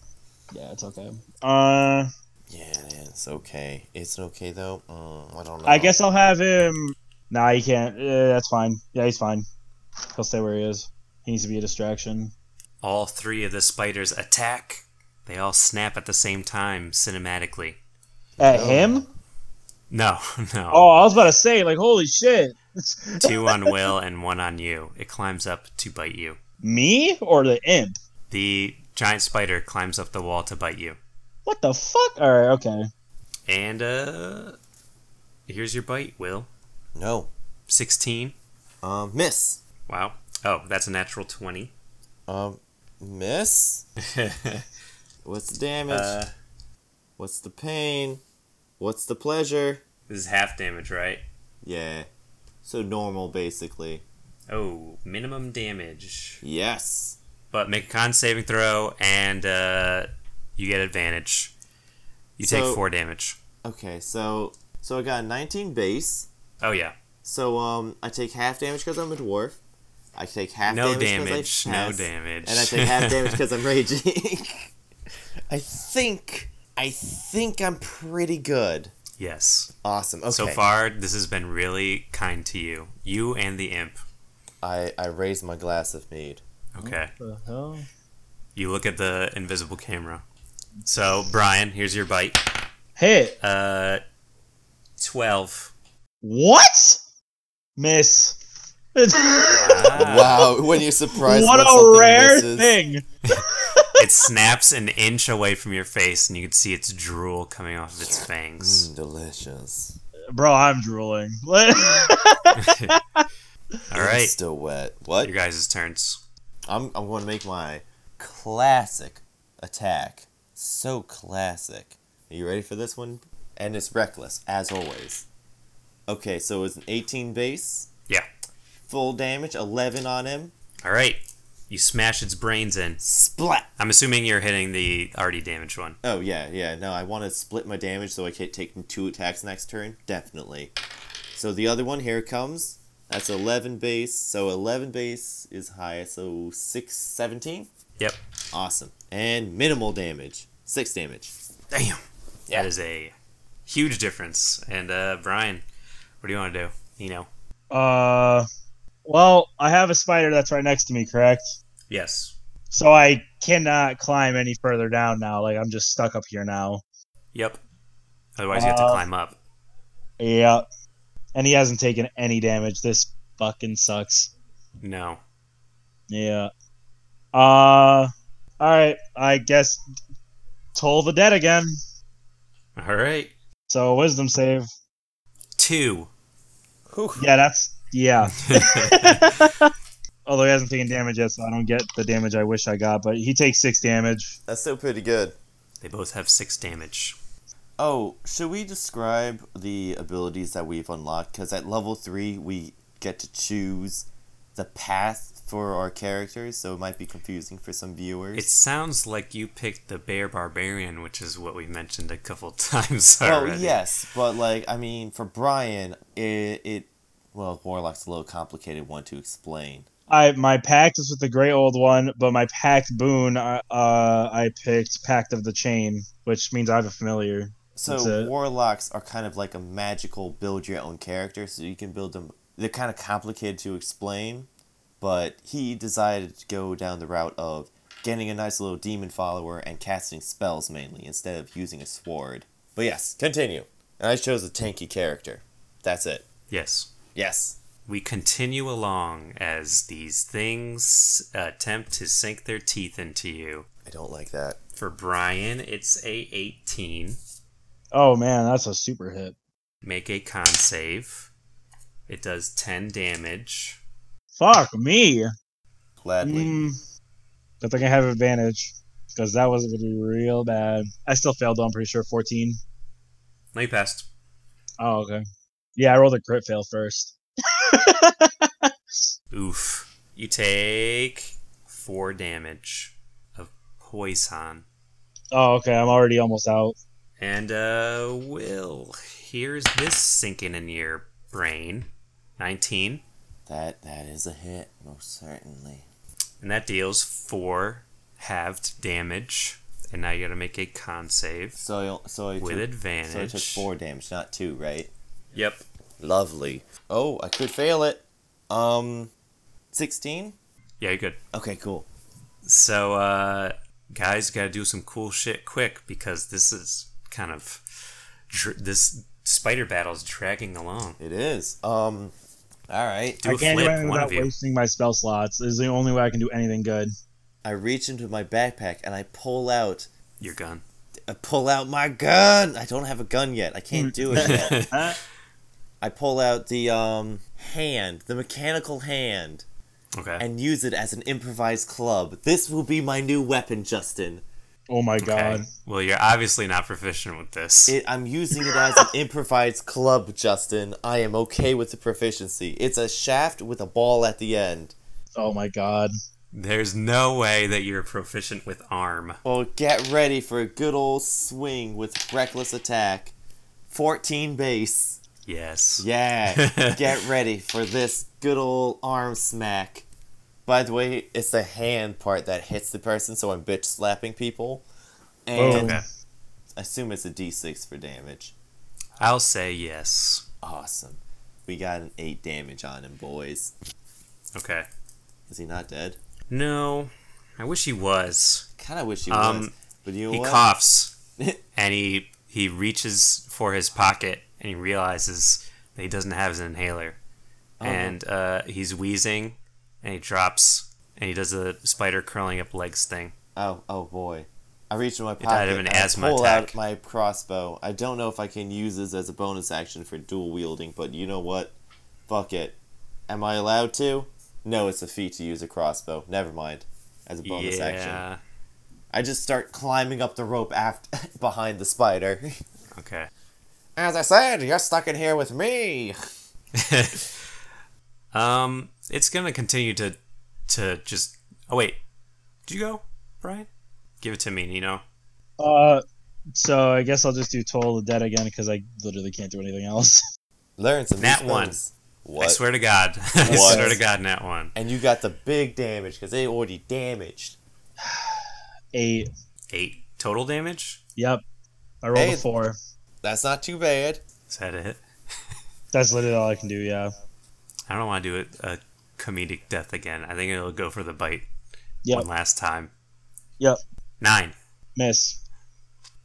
Speaker 3: Yeah, it's okay. Uh,
Speaker 4: Yeah, it's okay. It's okay though. Mm, I don't know.
Speaker 3: I guess I'll have him. Nah, he can't. Uh, that's fine. Yeah, he's fine. He'll stay where he is. He needs to be a distraction.
Speaker 1: All three of the spiders attack. They all snap at the same time cinematically.
Speaker 3: At
Speaker 4: Oh.
Speaker 3: Uh, him?
Speaker 1: No, no.
Speaker 3: Oh, I was about to say, like, holy shit.
Speaker 1: Two on Will and one on you. It climbs up to bite you.
Speaker 3: Me or the imp?
Speaker 1: The giant spider climbs up the wall to bite you.
Speaker 3: What the fuck? All right, okay.
Speaker 1: And uh here's your bite, Will.
Speaker 4: no.
Speaker 1: 16.
Speaker 4: Um, miss.
Speaker 1: Wow. Oh, that's a natural 20.
Speaker 4: Um, miss. What's the damage?
Speaker 1: Uh,
Speaker 4: What's the pain? What's the pleasure?
Speaker 1: This is half damage, right?
Speaker 4: Yeah. So normal, basically.
Speaker 1: Oh, minimum damage.
Speaker 4: Yes.
Speaker 1: But make a con saving throw, and uh, you get advantage. You
Speaker 4: So-
Speaker 1: take four damage.
Speaker 4: Okay, so so I got 19 base.
Speaker 1: Oh yeah,
Speaker 4: So um, I take half damage because I'm a dwarf. I take half
Speaker 1: no
Speaker 4: damage.
Speaker 1: damage,
Speaker 4: 'cause I
Speaker 1: no
Speaker 4: pass.
Speaker 1: damage.
Speaker 4: and I take half damage because I'm raging. I think I think I'm pretty good.
Speaker 1: yes.
Speaker 4: Awesome. Okay.
Speaker 1: So far, this has been really kind to you, you and the imp.
Speaker 4: I I raise my glass of mead.
Speaker 1: Okay.
Speaker 4: Oh.
Speaker 3: What the hell?
Speaker 1: You look at the invisible camera. So Brian, here's your bite.
Speaker 3: Hit.
Speaker 1: Uh, twelve.
Speaker 3: What? Miss.
Speaker 1: Ah,
Speaker 4: Wow, when you're surprised.
Speaker 3: what
Speaker 4: when something
Speaker 3: a rare
Speaker 4: misses.
Speaker 3: thing.
Speaker 1: it snaps an inch away from your face, and you can see its drool coming off of its fangs.
Speaker 4: Mm, delicious.
Speaker 3: Bro, I'm drooling.
Speaker 1: All
Speaker 4: It's
Speaker 1: right,
Speaker 4: Still wet. What?
Speaker 1: your guys' turns.
Speaker 4: I'm I'm going to make my classic attack. So classic. Are you ready for this one? And it's reckless as always. Okay, so it's an 18 base.
Speaker 1: Yeah.
Speaker 4: Full damage, 11 on him.
Speaker 1: All right, you smash its brains in.
Speaker 4: Splat.
Speaker 1: I'm assuming you're hitting the already damaged one.
Speaker 4: Oh yeah, yeah. No, I want to split my damage so I can take two attacks next turn. Definitely. So the other one here it comes. That's 11 base. So 11 base is high. So 6 17.
Speaker 1: Yep.
Speaker 4: Awesome. And minimal damage. 6 damage.
Speaker 1: Damn.
Speaker 4: Yeah.
Speaker 1: That is a huge difference. And uh, Brian, what do you want to do? You know.
Speaker 3: uh, well, I have a spider that's right next to me, correct?
Speaker 1: Yes.
Speaker 3: So I cannot climb any further down now. Like I'm just stuck up here now.
Speaker 1: Yep. Otherwise, you have to
Speaker 3: Uh,
Speaker 1: climb up.
Speaker 3: Yeah. And he hasn't taken any damage. This fucking sucks.
Speaker 1: No.
Speaker 3: Yeah. Uh, all right. I guess toll the dead again.
Speaker 1: All right.
Speaker 3: So wisdom save.
Speaker 1: Two.
Speaker 4: Whew.
Speaker 3: Yeah, that's yeah. Although he hasn't taken damage yet, so I don't get the damage I wish I got. But he takes six damage.
Speaker 4: That's still pretty good.
Speaker 1: They both have six damage.
Speaker 4: Oh, should we describe the abilities that we've unlocked? Because at level 3, we get to choose the path for our characters, so it might be confusing for some viewers.
Speaker 1: It sounds like you picked the bear barbarian, which is what we mentioned a couple times
Speaker 4: well,
Speaker 1: already.
Speaker 4: yes, but like, I mean, for Brian, it, it. Well, Warlock's a little complicated one to explain.
Speaker 3: I my pact is with the great old one, but my pact boon, uh, uh, I picked pact of the chain, which means I have a familiar. That's
Speaker 4: So
Speaker 3: it.
Speaker 4: warlocks are kind of like a magical build your own character, so you can build them. They're kind of complicated to explain, but he decided to go down the route of getting a nice little demon follower and casting spells mainly instead of using a sword. But yes, continue. And I chose a tanky character. That's it.
Speaker 1: Yes.
Speaker 4: Yes.
Speaker 1: We continue along as these things attempt to sink their teeth into you.
Speaker 4: I don't like that.
Speaker 1: For Brian, it's a 18.
Speaker 3: Oh man, that's a super hit.
Speaker 1: Make a con save. It does 10 damage.
Speaker 3: Fuck me.
Speaker 4: Gladly.
Speaker 3: Mm, good thing I have advantage because that was gonna be real bad. I still failed. though, I'm pretty sure 14.
Speaker 1: No, you passed.
Speaker 3: Oh okay. Yeah, I rolled a crit fail first.
Speaker 1: Oof. You take 4 damage of poison.
Speaker 3: Oh okay, I'm already almost out.
Speaker 1: And, uh, Will, here's this sinking in your brain 19.
Speaker 4: That that is a hit, most certainly.
Speaker 1: And that deals 4 halved damage. And now you gotta make a con save
Speaker 4: So I so I
Speaker 1: with
Speaker 4: took,
Speaker 1: advantage.
Speaker 4: so I took four damage, not two, right?
Speaker 1: Yep.
Speaker 4: Lovely. Oh, I could fail it. Um, 16?
Speaker 1: Yeah, you're good.
Speaker 4: Okay, cool.
Speaker 1: So, uh, guys, you gotta do some cool shit quick because this is kind of dr- this spider battle's dragging along.
Speaker 4: It is. Um, all right.
Speaker 1: Do
Speaker 3: I
Speaker 1: a
Speaker 3: can't do
Speaker 1: flip,
Speaker 3: anything
Speaker 1: one of
Speaker 3: without
Speaker 1: you.
Speaker 3: wasting my spell slots. This is the only way I can do anything good.
Speaker 4: I reach into my backpack and I pull out.
Speaker 1: Your gun.
Speaker 4: I pull out my gun. I don't have a gun yet. I can't do it. yet. I pull out the um hand, the mechanical hand,
Speaker 1: Okay.
Speaker 4: and use it as an improvised club. This will be my new weapon, Justin.
Speaker 3: Oh my
Speaker 1: okay.
Speaker 3: god.
Speaker 1: Well, you're obviously not proficient with this.
Speaker 4: It, I'm using it as an improvised club, Justin. I am okay with the proficiency. It's a shaft with a ball at the end.
Speaker 3: Oh my god.
Speaker 1: There's no way that you're proficient with arm.
Speaker 4: Well, get ready for a good old swing with reckless attack. 14 base.
Speaker 1: Yes.
Speaker 4: Yeah. get ready for this good old arm smack. By the way, it's the hand part that hits the person, so I'm bitch slapping people. And
Speaker 3: Boom.
Speaker 1: Okay.
Speaker 4: I assume it's a d6 for damage.
Speaker 1: I'll say yes.
Speaker 4: Awesome. We got an 8 damage on him, boys.
Speaker 1: Okay.
Speaker 4: Is he not dead?
Speaker 1: No, I wish he was.
Speaker 4: Kind of wish he
Speaker 1: Um,
Speaker 4: was. But you know
Speaker 1: he
Speaker 4: what?
Speaker 1: coughs and he he reaches for his pocket and he realizes that he doesn't have his inhaler
Speaker 4: Oh,
Speaker 1: and uh, he's wheezing and he drops and he does the spider curling up legs thing
Speaker 4: Oh, oh boy. I reach in my pocket.
Speaker 1: died of an
Speaker 4: and I
Speaker 1: asthma
Speaker 4: pull
Speaker 1: attack.
Speaker 4: out my crossbow. I don't know if I can use this as a bonus action for dual wielding, but you know what? Fuck it. Am I allowed to? No, it's a feat to use a crossbow. Never mind. As a bonus
Speaker 1: yeah
Speaker 4: action. I just start climbing up the rope aft behind the spider.
Speaker 1: okay
Speaker 4: As I said, you're stuck in here with me.
Speaker 1: um it's gonna continue to to just oh wait did you go brian give it to me nino
Speaker 3: Uh, so I guess I'll just do Toll the Dead again because I literally can't do anything else.
Speaker 4: Learn some new
Speaker 1: Nat one.
Speaker 4: spells. What?
Speaker 1: i swear to god i
Speaker 4: What?
Speaker 1: swear to god not one
Speaker 4: And you got the big damage because they already damaged.
Speaker 3: Eight.
Speaker 1: eight total damage
Speaker 3: Yep. I rolled a
Speaker 4: Hey.
Speaker 3: four.
Speaker 4: That's not too bad.
Speaker 1: is that it
Speaker 3: That's literally all I can do. Yeah.
Speaker 1: I don't want to do it a comedic death again. I think it'll go for the bite
Speaker 3: Yep.
Speaker 1: one last time.
Speaker 3: Yep.
Speaker 1: Nine
Speaker 3: Miss.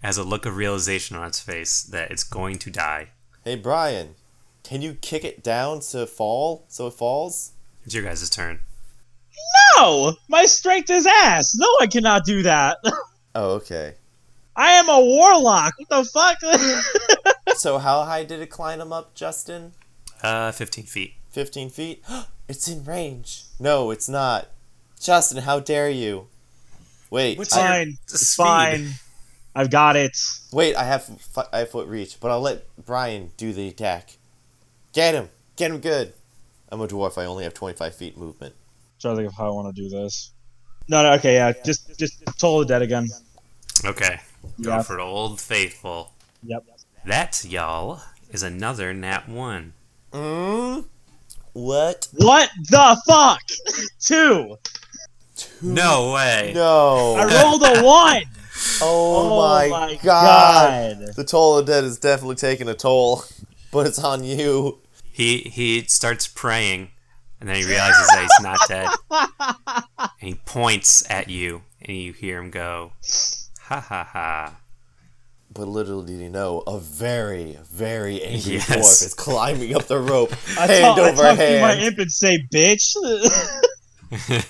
Speaker 1: has a look of realization on its face that it's going to die.
Speaker 4: Hey, Brian. Can you kick it down to fall so it falls?
Speaker 1: It's your guys' turn.
Speaker 3: No, my strength is ass. No, I cannot do that.
Speaker 4: Oh, okay.
Speaker 3: I am a warlock. What the fuck?
Speaker 4: so how high did it climb him up, Justin?
Speaker 1: Uh, 15 feet.
Speaker 4: 15 feet? it's in range. No, it's not. Justin, how dare you? Wait,
Speaker 1: What's
Speaker 4: I,
Speaker 1: your
Speaker 3: fine, it's
Speaker 1: speed?
Speaker 3: fine. I've got it.
Speaker 4: wait, I have fi- I have foot reach, but I'll let Brian do the attack. Get him. Get him good. I'm a dwarf. I only have 25 feet movement.
Speaker 3: Trying to think of how I want to do this. No, no, okay, yeah, just, just, just total dead again.
Speaker 1: Okay. Go
Speaker 3: Yeah.
Speaker 1: for Old Faithful.
Speaker 3: Yep.
Speaker 1: That, y'all, is another nat one.
Speaker 4: Mm? What?
Speaker 3: What the fuck? Two.
Speaker 4: Two?
Speaker 1: No way.
Speaker 4: No.
Speaker 3: I rolled a one.
Speaker 4: Oh, my, god. The toll of dead is definitely taking a toll, but it's on you.
Speaker 1: He he starts praying, and then he realizes that he's not dead. And he points at you, and you hear him go, "Ha ha ha!"
Speaker 4: But little did he know, a very, very angry
Speaker 1: Yes.
Speaker 4: dwarf is climbing up the rope,
Speaker 3: I
Speaker 4: hand
Speaker 3: talk- I
Speaker 4: over
Speaker 3: talk to my
Speaker 4: hand.
Speaker 3: imp and say, bitch.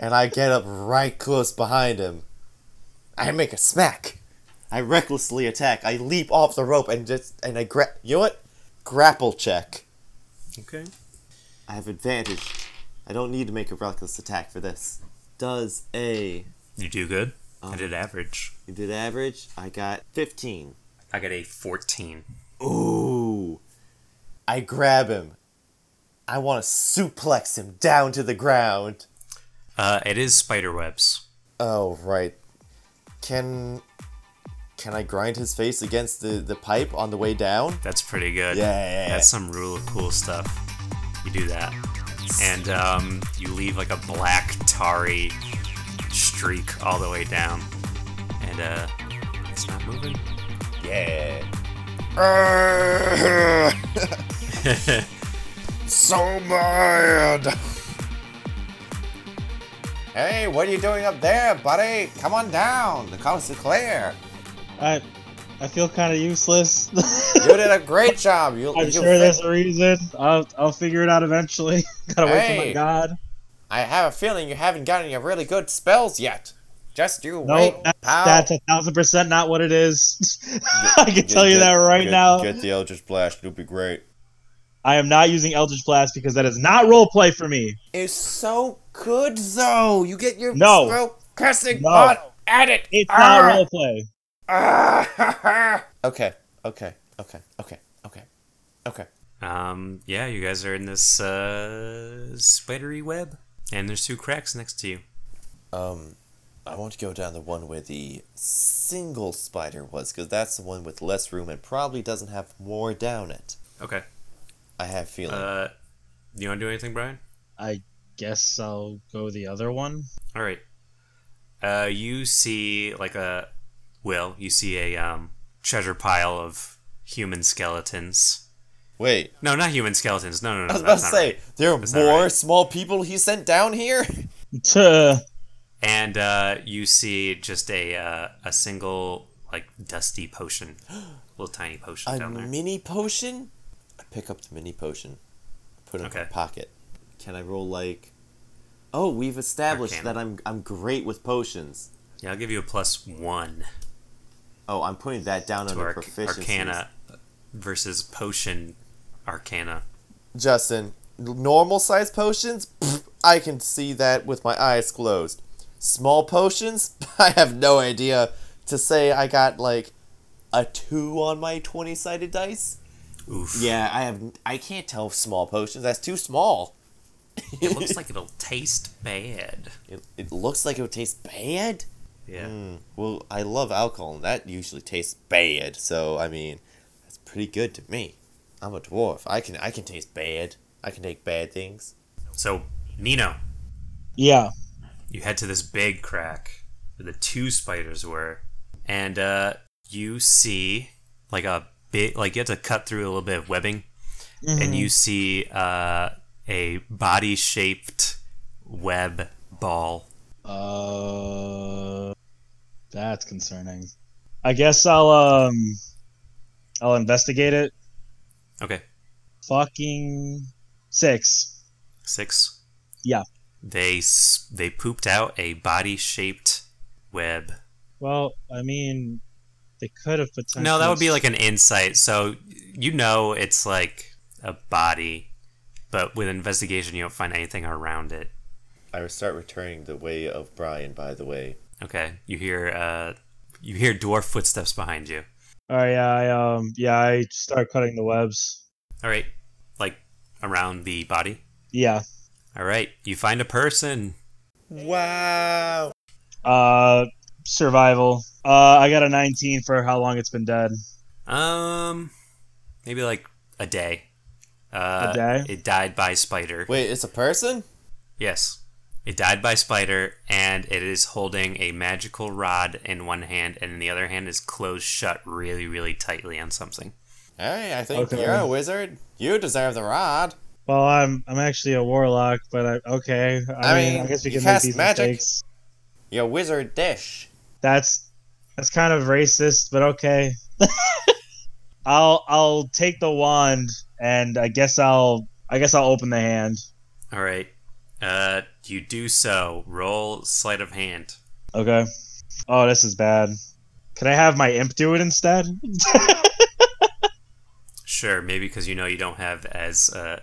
Speaker 4: And I get up right close behind him. I make a smack. I recklessly attack. I leap off the rope and just and I grab. You know what? Grapple check.
Speaker 1: Okay.
Speaker 4: I have advantage. I don't need to make a reckless attack for this. Does a
Speaker 1: You do good. I
Speaker 4: Um,
Speaker 1: did average.
Speaker 4: you did average? I got fifteen.
Speaker 1: I got a fourteen.
Speaker 4: Ooh. I grab him. I want to suplex him down to the ground.
Speaker 1: Uh, it is spider webs.
Speaker 4: Oh, right. Can can I grind his face against the, the pipe on the way down?
Speaker 1: That's pretty good.
Speaker 4: Yeah, yeah, yeah.
Speaker 1: That's some rule of cool stuff. You do that, and um, you leave like a black tarry streak all the way down, and uh, it's not moving.
Speaker 4: Yeah. Arrgh. so mad. Hey, what are you doing up there, buddy? Come on down. The coast is clear.
Speaker 3: I, I feel kind of useless.
Speaker 4: You did a great job. You,
Speaker 3: I'm
Speaker 4: you
Speaker 3: sure
Speaker 4: fi-
Speaker 3: there's a reason. I'll, I'll figure it out eventually. Gotta wait for
Speaker 4: Hey.
Speaker 3: my god.
Speaker 4: I have a feeling you haven't gotten your really good spells yet. Just you
Speaker 3: No,
Speaker 4: wait,
Speaker 3: that-
Speaker 4: pal.
Speaker 3: That's a thousand percent not what it is. I can tell you that right now.
Speaker 4: the Eldritch Blast. It'll be great.
Speaker 3: I am not using Eldritch Blast because that is not roleplay for me.
Speaker 4: It's so good, though. You get your
Speaker 3: No.
Speaker 4: spell cursing
Speaker 3: No.
Speaker 4: on at it.
Speaker 3: It's
Speaker 4: Ah.
Speaker 3: not roleplay.
Speaker 4: Ah. okay, okay, okay, okay, okay, okay.
Speaker 1: Um, yeah, you guys are in this uh, spidery web, and there's two cracks next to you.
Speaker 4: Um, I want to go down the one where the single spider was, because that's the one with less room and probably doesn't have more down it.
Speaker 1: Okay.
Speaker 4: I have feeling.
Speaker 1: Uh, you want to do anything, Brian?
Speaker 3: I guess I'll go the other one.
Speaker 1: All right. Uh, you see like a will. You see a um, treasure pile of human skeletons.
Speaker 4: wait,
Speaker 1: No, not human skeletons. No, no, no.
Speaker 4: I was about
Speaker 1: that's
Speaker 4: to
Speaker 1: not
Speaker 4: say,
Speaker 1: right.
Speaker 4: there are
Speaker 1: That's not
Speaker 4: more
Speaker 1: right.
Speaker 4: small people he sent down here?
Speaker 3: Tuh.
Speaker 1: And uh, you see just a uh, a single like dusty potion, little tiny potion
Speaker 4: A
Speaker 1: down there.
Speaker 4: mini potion? I pick up the mini potion, put it in
Speaker 1: Okay.
Speaker 4: my pocket. Can I roll like. Oh, we've established
Speaker 1: Arcana.
Speaker 4: that I'm I'm great with potions.
Speaker 1: yeah, I'll give you a plus one.
Speaker 4: Oh, I'm putting that down
Speaker 1: to
Speaker 4: under
Speaker 1: arc-
Speaker 4: proficiency.
Speaker 1: arcana versus potion arcana.
Speaker 4: Justin, normal size potions, Pfft, I can see that with my eyes closed. Small potions, I have no idea. To say I got like a two on my twenty sided dice.
Speaker 1: Oof.
Speaker 4: Yeah, I have. I can't tell small potions. That's too small.
Speaker 1: It looks like it'll taste bad.
Speaker 4: It, it looks like it would taste bad.
Speaker 1: Yeah.
Speaker 4: Mm, well, I love alcohol, and that usually tastes bad. So I mean, that's pretty good to me. I'm a dwarf. I can I can taste bad. I can take bad things.
Speaker 1: So, Nino,
Speaker 3: Yeah.
Speaker 1: you head to this big crack where the two spiders were, and uh, you see like a bit like you have to cut through a little bit of webbing,
Speaker 3: Mm-hmm.
Speaker 1: and you see uh, a body shaped web ball.
Speaker 3: Uh, that's concerning. I guess I'll um, I'll investigate it.
Speaker 1: Okay.
Speaker 3: Fucking six.
Speaker 1: Six.
Speaker 3: Yeah.
Speaker 1: They s- they pooped out a body shaped web.
Speaker 3: Well, I mean, they could have potentially.
Speaker 1: No, that would be like an insight. So you know it's like a body, but with investigation you don't find anything around it.
Speaker 4: I will start returning the way of Brian, by the way.
Speaker 1: Okay. You hear uh you hear dwarf footsteps behind you.
Speaker 3: All right, yeah, I, um, yeah, I start cutting the webs.
Speaker 1: All right. Like around the body.
Speaker 3: Yeah.
Speaker 1: All right. You find a person.
Speaker 4: Wow.
Speaker 3: Uh, survival. Uh, I got a 19 for how long it's been dead.
Speaker 1: Um maybe like a day. Uh
Speaker 3: A day?
Speaker 1: it died by spider.
Speaker 4: Wait, it's a person?
Speaker 1: Yes. It died by spider, and it is holding a magical rod in one hand, and in the other hand is closed shut really, really tightly on something.
Speaker 4: Hey, I think
Speaker 3: Okay.
Speaker 4: you're a wizard. You deserve the rod.
Speaker 3: Well, I'm I'm actually a warlock, but I, okay. I,
Speaker 4: I
Speaker 3: mean,
Speaker 4: mean,
Speaker 3: I guess we
Speaker 4: you
Speaker 3: can make
Speaker 4: cast
Speaker 3: these
Speaker 4: magic.
Speaker 3: mistakes.
Speaker 4: You're wizard dish.
Speaker 3: That's that's kind of racist, but okay. I'll I'll take the wand, and I guess I'll I guess I'll open the hand.
Speaker 1: All right. Uh, you do so. Roll sleight of hand.
Speaker 3: Okay. Oh, this is bad. Can I have my imp do it instead?
Speaker 1: Sure, maybe because you know you don't have as uh,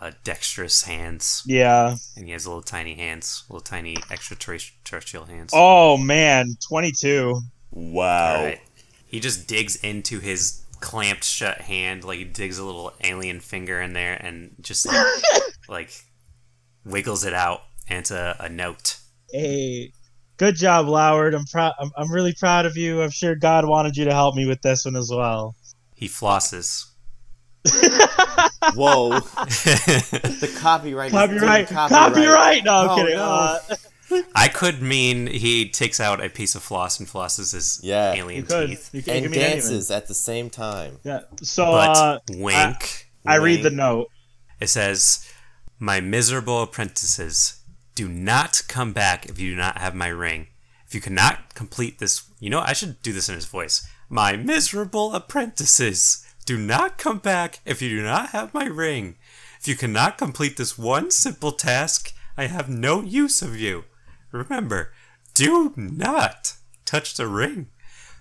Speaker 1: uh, dexterous hands,
Speaker 3: yeah.
Speaker 1: and he has little tiny hands, little tiny extraterrestrial hands.
Speaker 3: Oh man, twenty-two.
Speaker 4: Wow.
Speaker 1: All right. He just digs into his clamped shut hand, like he digs a little alien finger in there and just like, like wiggles it out and it's a, a note.
Speaker 3: Hey, good job, Loward. I'm proud. I'm, I'm really proud of you. I'm sure God wanted you to help me with this one as well.
Speaker 1: He flosses.
Speaker 4: Whoa. The copyright. is
Speaker 3: Copyright.
Speaker 4: doing
Speaker 3: Copyright. No, I'm
Speaker 4: Oh,
Speaker 3: kidding.
Speaker 4: no.
Speaker 3: Uh,
Speaker 1: I could mean he takes out a piece of floss and flosses his
Speaker 4: Yeah.
Speaker 3: you
Speaker 1: alien
Speaker 3: could.
Speaker 1: teeth.
Speaker 3: You could, you could
Speaker 4: And
Speaker 3: mean anything.
Speaker 4: dances at the same time.
Speaker 3: Yeah. So
Speaker 1: But
Speaker 3: uh,
Speaker 1: wink.
Speaker 3: I read the
Speaker 4: Wink.
Speaker 3: note.
Speaker 1: It says, My miserable apprentices, do not come back if you do not have my ring. If you cannot complete this, you know, I should do this in his voice. My miserable apprentices, do not come back if you do not have my ring. If you cannot complete this one simple task, I have no use of you. Remember, do not touch the ring.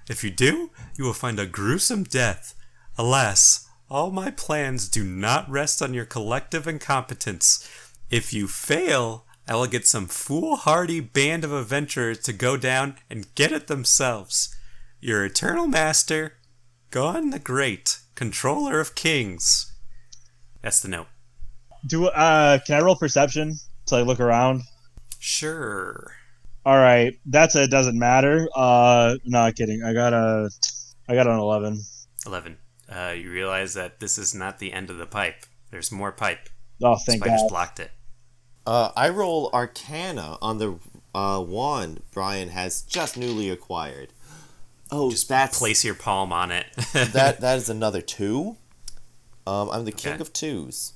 Speaker 1: If you do, you will find a gruesome death. Alas, all my plans do not rest on your collective incompetence. If you fail, I will get some foolhardy band of adventurers to go down and get it themselves. Your eternal master, Gon the Great, controller of kings. That's the note.
Speaker 3: Do uh, can I roll perception to like look around?
Speaker 1: Sure.
Speaker 3: All right, that's a doesn't matter. Uh, no kidding. I got a, I got an eleven.
Speaker 1: 11. Uh, you realize that this is not the end of the pipe. There's more pipe.
Speaker 3: Oh, thank
Speaker 1: Spiders
Speaker 3: God.
Speaker 1: blocked it.
Speaker 4: Uh, I roll Arcana on the uh, wand Brian has just newly acquired. Oh, that's
Speaker 1: Place your palm on it.
Speaker 4: that. That is another two. Um, I'm the king
Speaker 1: Okay.
Speaker 4: of twos.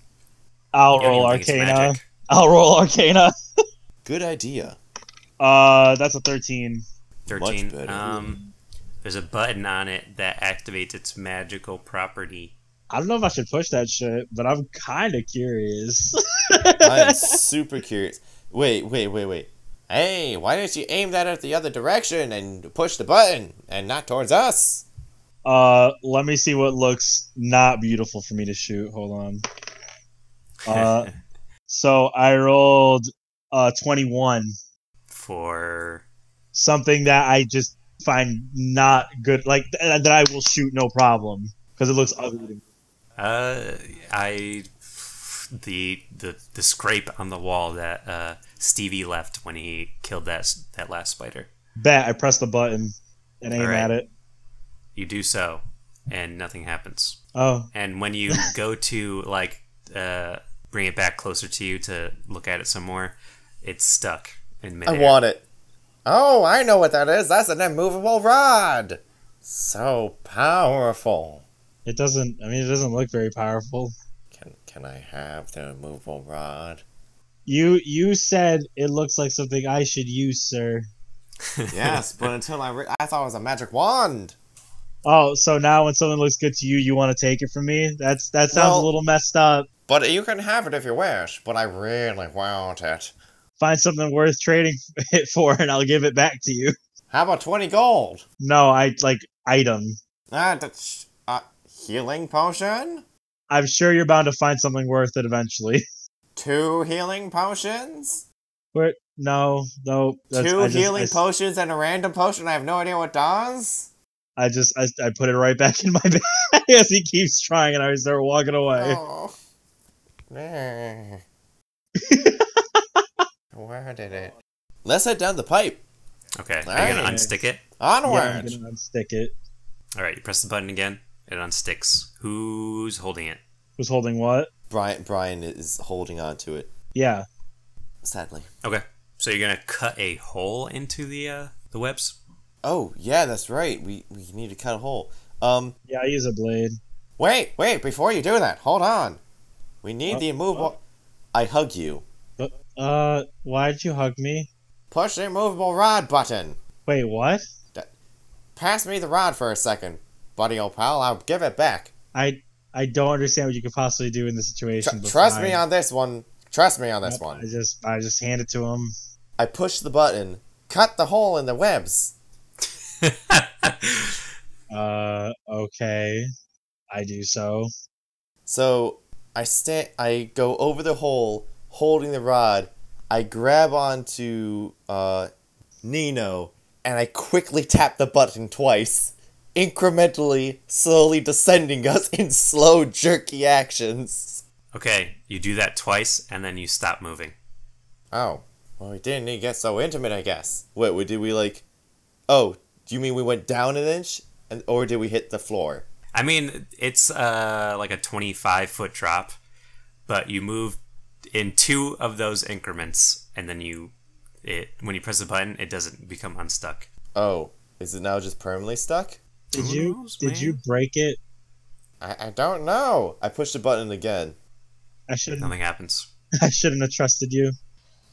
Speaker 3: I'll
Speaker 1: You don't
Speaker 3: roll
Speaker 1: even think it's
Speaker 3: Arcana.
Speaker 1: magic.
Speaker 3: I'll roll Arcana.
Speaker 4: Good idea.
Speaker 3: Uh, that's a thirteen.
Speaker 1: 13
Speaker 4: better.
Speaker 1: um there's a button on it that activates its magical property
Speaker 3: I don't know if I should push that shit, but I'm kind of curious.
Speaker 4: I'm super curious. Wait, wait, wait, wait. Hey, why didn't you aim that at the other direction and push the button and not towards us?
Speaker 3: uh, let me see what looks not beautiful for me to shoot. Hold on. Uh, so I rolled uh twenty-one.
Speaker 1: for
Speaker 3: something that I just find not good, like th- uh, that I will shoot no problem because it looks ugly. to me.
Speaker 1: uh i the the the scrape on the wall that uh stevie left when he killed that s- that last spider
Speaker 3: Bet I press the button and aim
Speaker 1: All right.
Speaker 3: at it.
Speaker 1: you do so and nothing happens
Speaker 3: Oh,
Speaker 1: and when you go to like uh bring it back closer to you to look at it some more it's stuck in
Speaker 4: I
Speaker 1: midair
Speaker 4: want it. Oh, I know what that is. That's an immovable rod. So powerful.
Speaker 3: it doesn't. I mean, it doesn't look very powerful.
Speaker 4: Can can I have the immovable rod?
Speaker 3: You you said it looks like something I should use, sir.
Speaker 4: Yes, but until I re- I thought it was a magic wand.
Speaker 3: Oh, so now when something looks good to you, you want to take it from me? That's that sounds
Speaker 4: Well-
Speaker 3: a little messed up.
Speaker 4: But you can have it if you wish, but I really want it.
Speaker 3: Find something worth trading it for, and I'll give it back to you.
Speaker 4: How about 20 gold?
Speaker 3: No, I like item.
Speaker 4: Ah, that's a healing potion?
Speaker 3: I'm sure you're bound to find something worth it eventually.
Speaker 4: Two healing potions?
Speaker 3: Where? No, no. that's-
Speaker 4: Two
Speaker 3: I just-
Speaker 4: healing
Speaker 3: I s-
Speaker 4: potions and a random potion I have no idea what does?
Speaker 3: I just I, I put it right back in my bag as he keeps trying, and I start walking away.
Speaker 4: Oh. Eh. Where did it? Let's head down the pipe.
Speaker 1: Okay, are you gonna
Speaker 4: Alright.
Speaker 1: unstick it?
Speaker 3: Yeah, I'm
Speaker 4: Onward.
Speaker 3: gonna unstick it.
Speaker 1: All right, you press the button again. It unsticks. Who's holding it?
Speaker 3: Who's holding what?
Speaker 4: Brian, Brian is holding on to it,
Speaker 3: Yeah.
Speaker 4: sadly.
Speaker 1: Okay, so you're gonna cut a hole into the uh, the webs.
Speaker 4: Oh, yeah, that's right. We, we need to cut a hole. Um,
Speaker 3: Yeah, I use a blade.
Speaker 4: Wait, wait, before you do that, hold on. We need the immovable. I hug you.
Speaker 3: But, uh, why'd you hug me?
Speaker 4: Push the immovable rod button.
Speaker 3: Wait, what?
Speaker 4: Pass me the rod for a second, buddy old pal. I'll give it back.
Speaker 3: I I don't understand what you could possibly do in this
Speaker 4: Tr-
Speaker 3: situation. but
Speaker 4: trust
Speaker 3: fine.
Speaker 4: me on this one. Trust me on this
Speaker 3: Nope, I
Speaker 4: one.
Speaker 3: just I just hand it to him.
Speaker 4: I push the button, cut the hole in the webs.
Speaker 3: Uh, okay. I do so.
Speaker 4: So I stand. I go over the hole, holding the rod. I grab onto uh, Nino, and I quickly tap the button twice, incrementally, slowly descending us in slow, jerky actions.
Speaker 1: Okay, you do that twice, and then you stop moving.
Speaker 4: Oh, well, we didn't need to get so intimate, I guess. Wait, wait, did we like? Oh, do you mean we went down an inch, and or did we hit the floor?
Speaker 1: I mean, it's uh, like a 25 foot drop, but you move in two of those increments, and then you, it when you press the button, it doesn't become unstuck.
Speaker 4: Oh, is it now just permanently stuck?
Speaker 3: Did
Speaker 1: Who
Speaker 3: you
Speaker 1: knows,
Speaker 3: did you
Speaker 1: man?
Speaker 3: break it?
Speaker 4: I, I don't know. I pushed the button again.
Speaker 3: I shouldn't
Speaker 1: Nothing happens.
Speaker 3: I shouldn't have trusted you.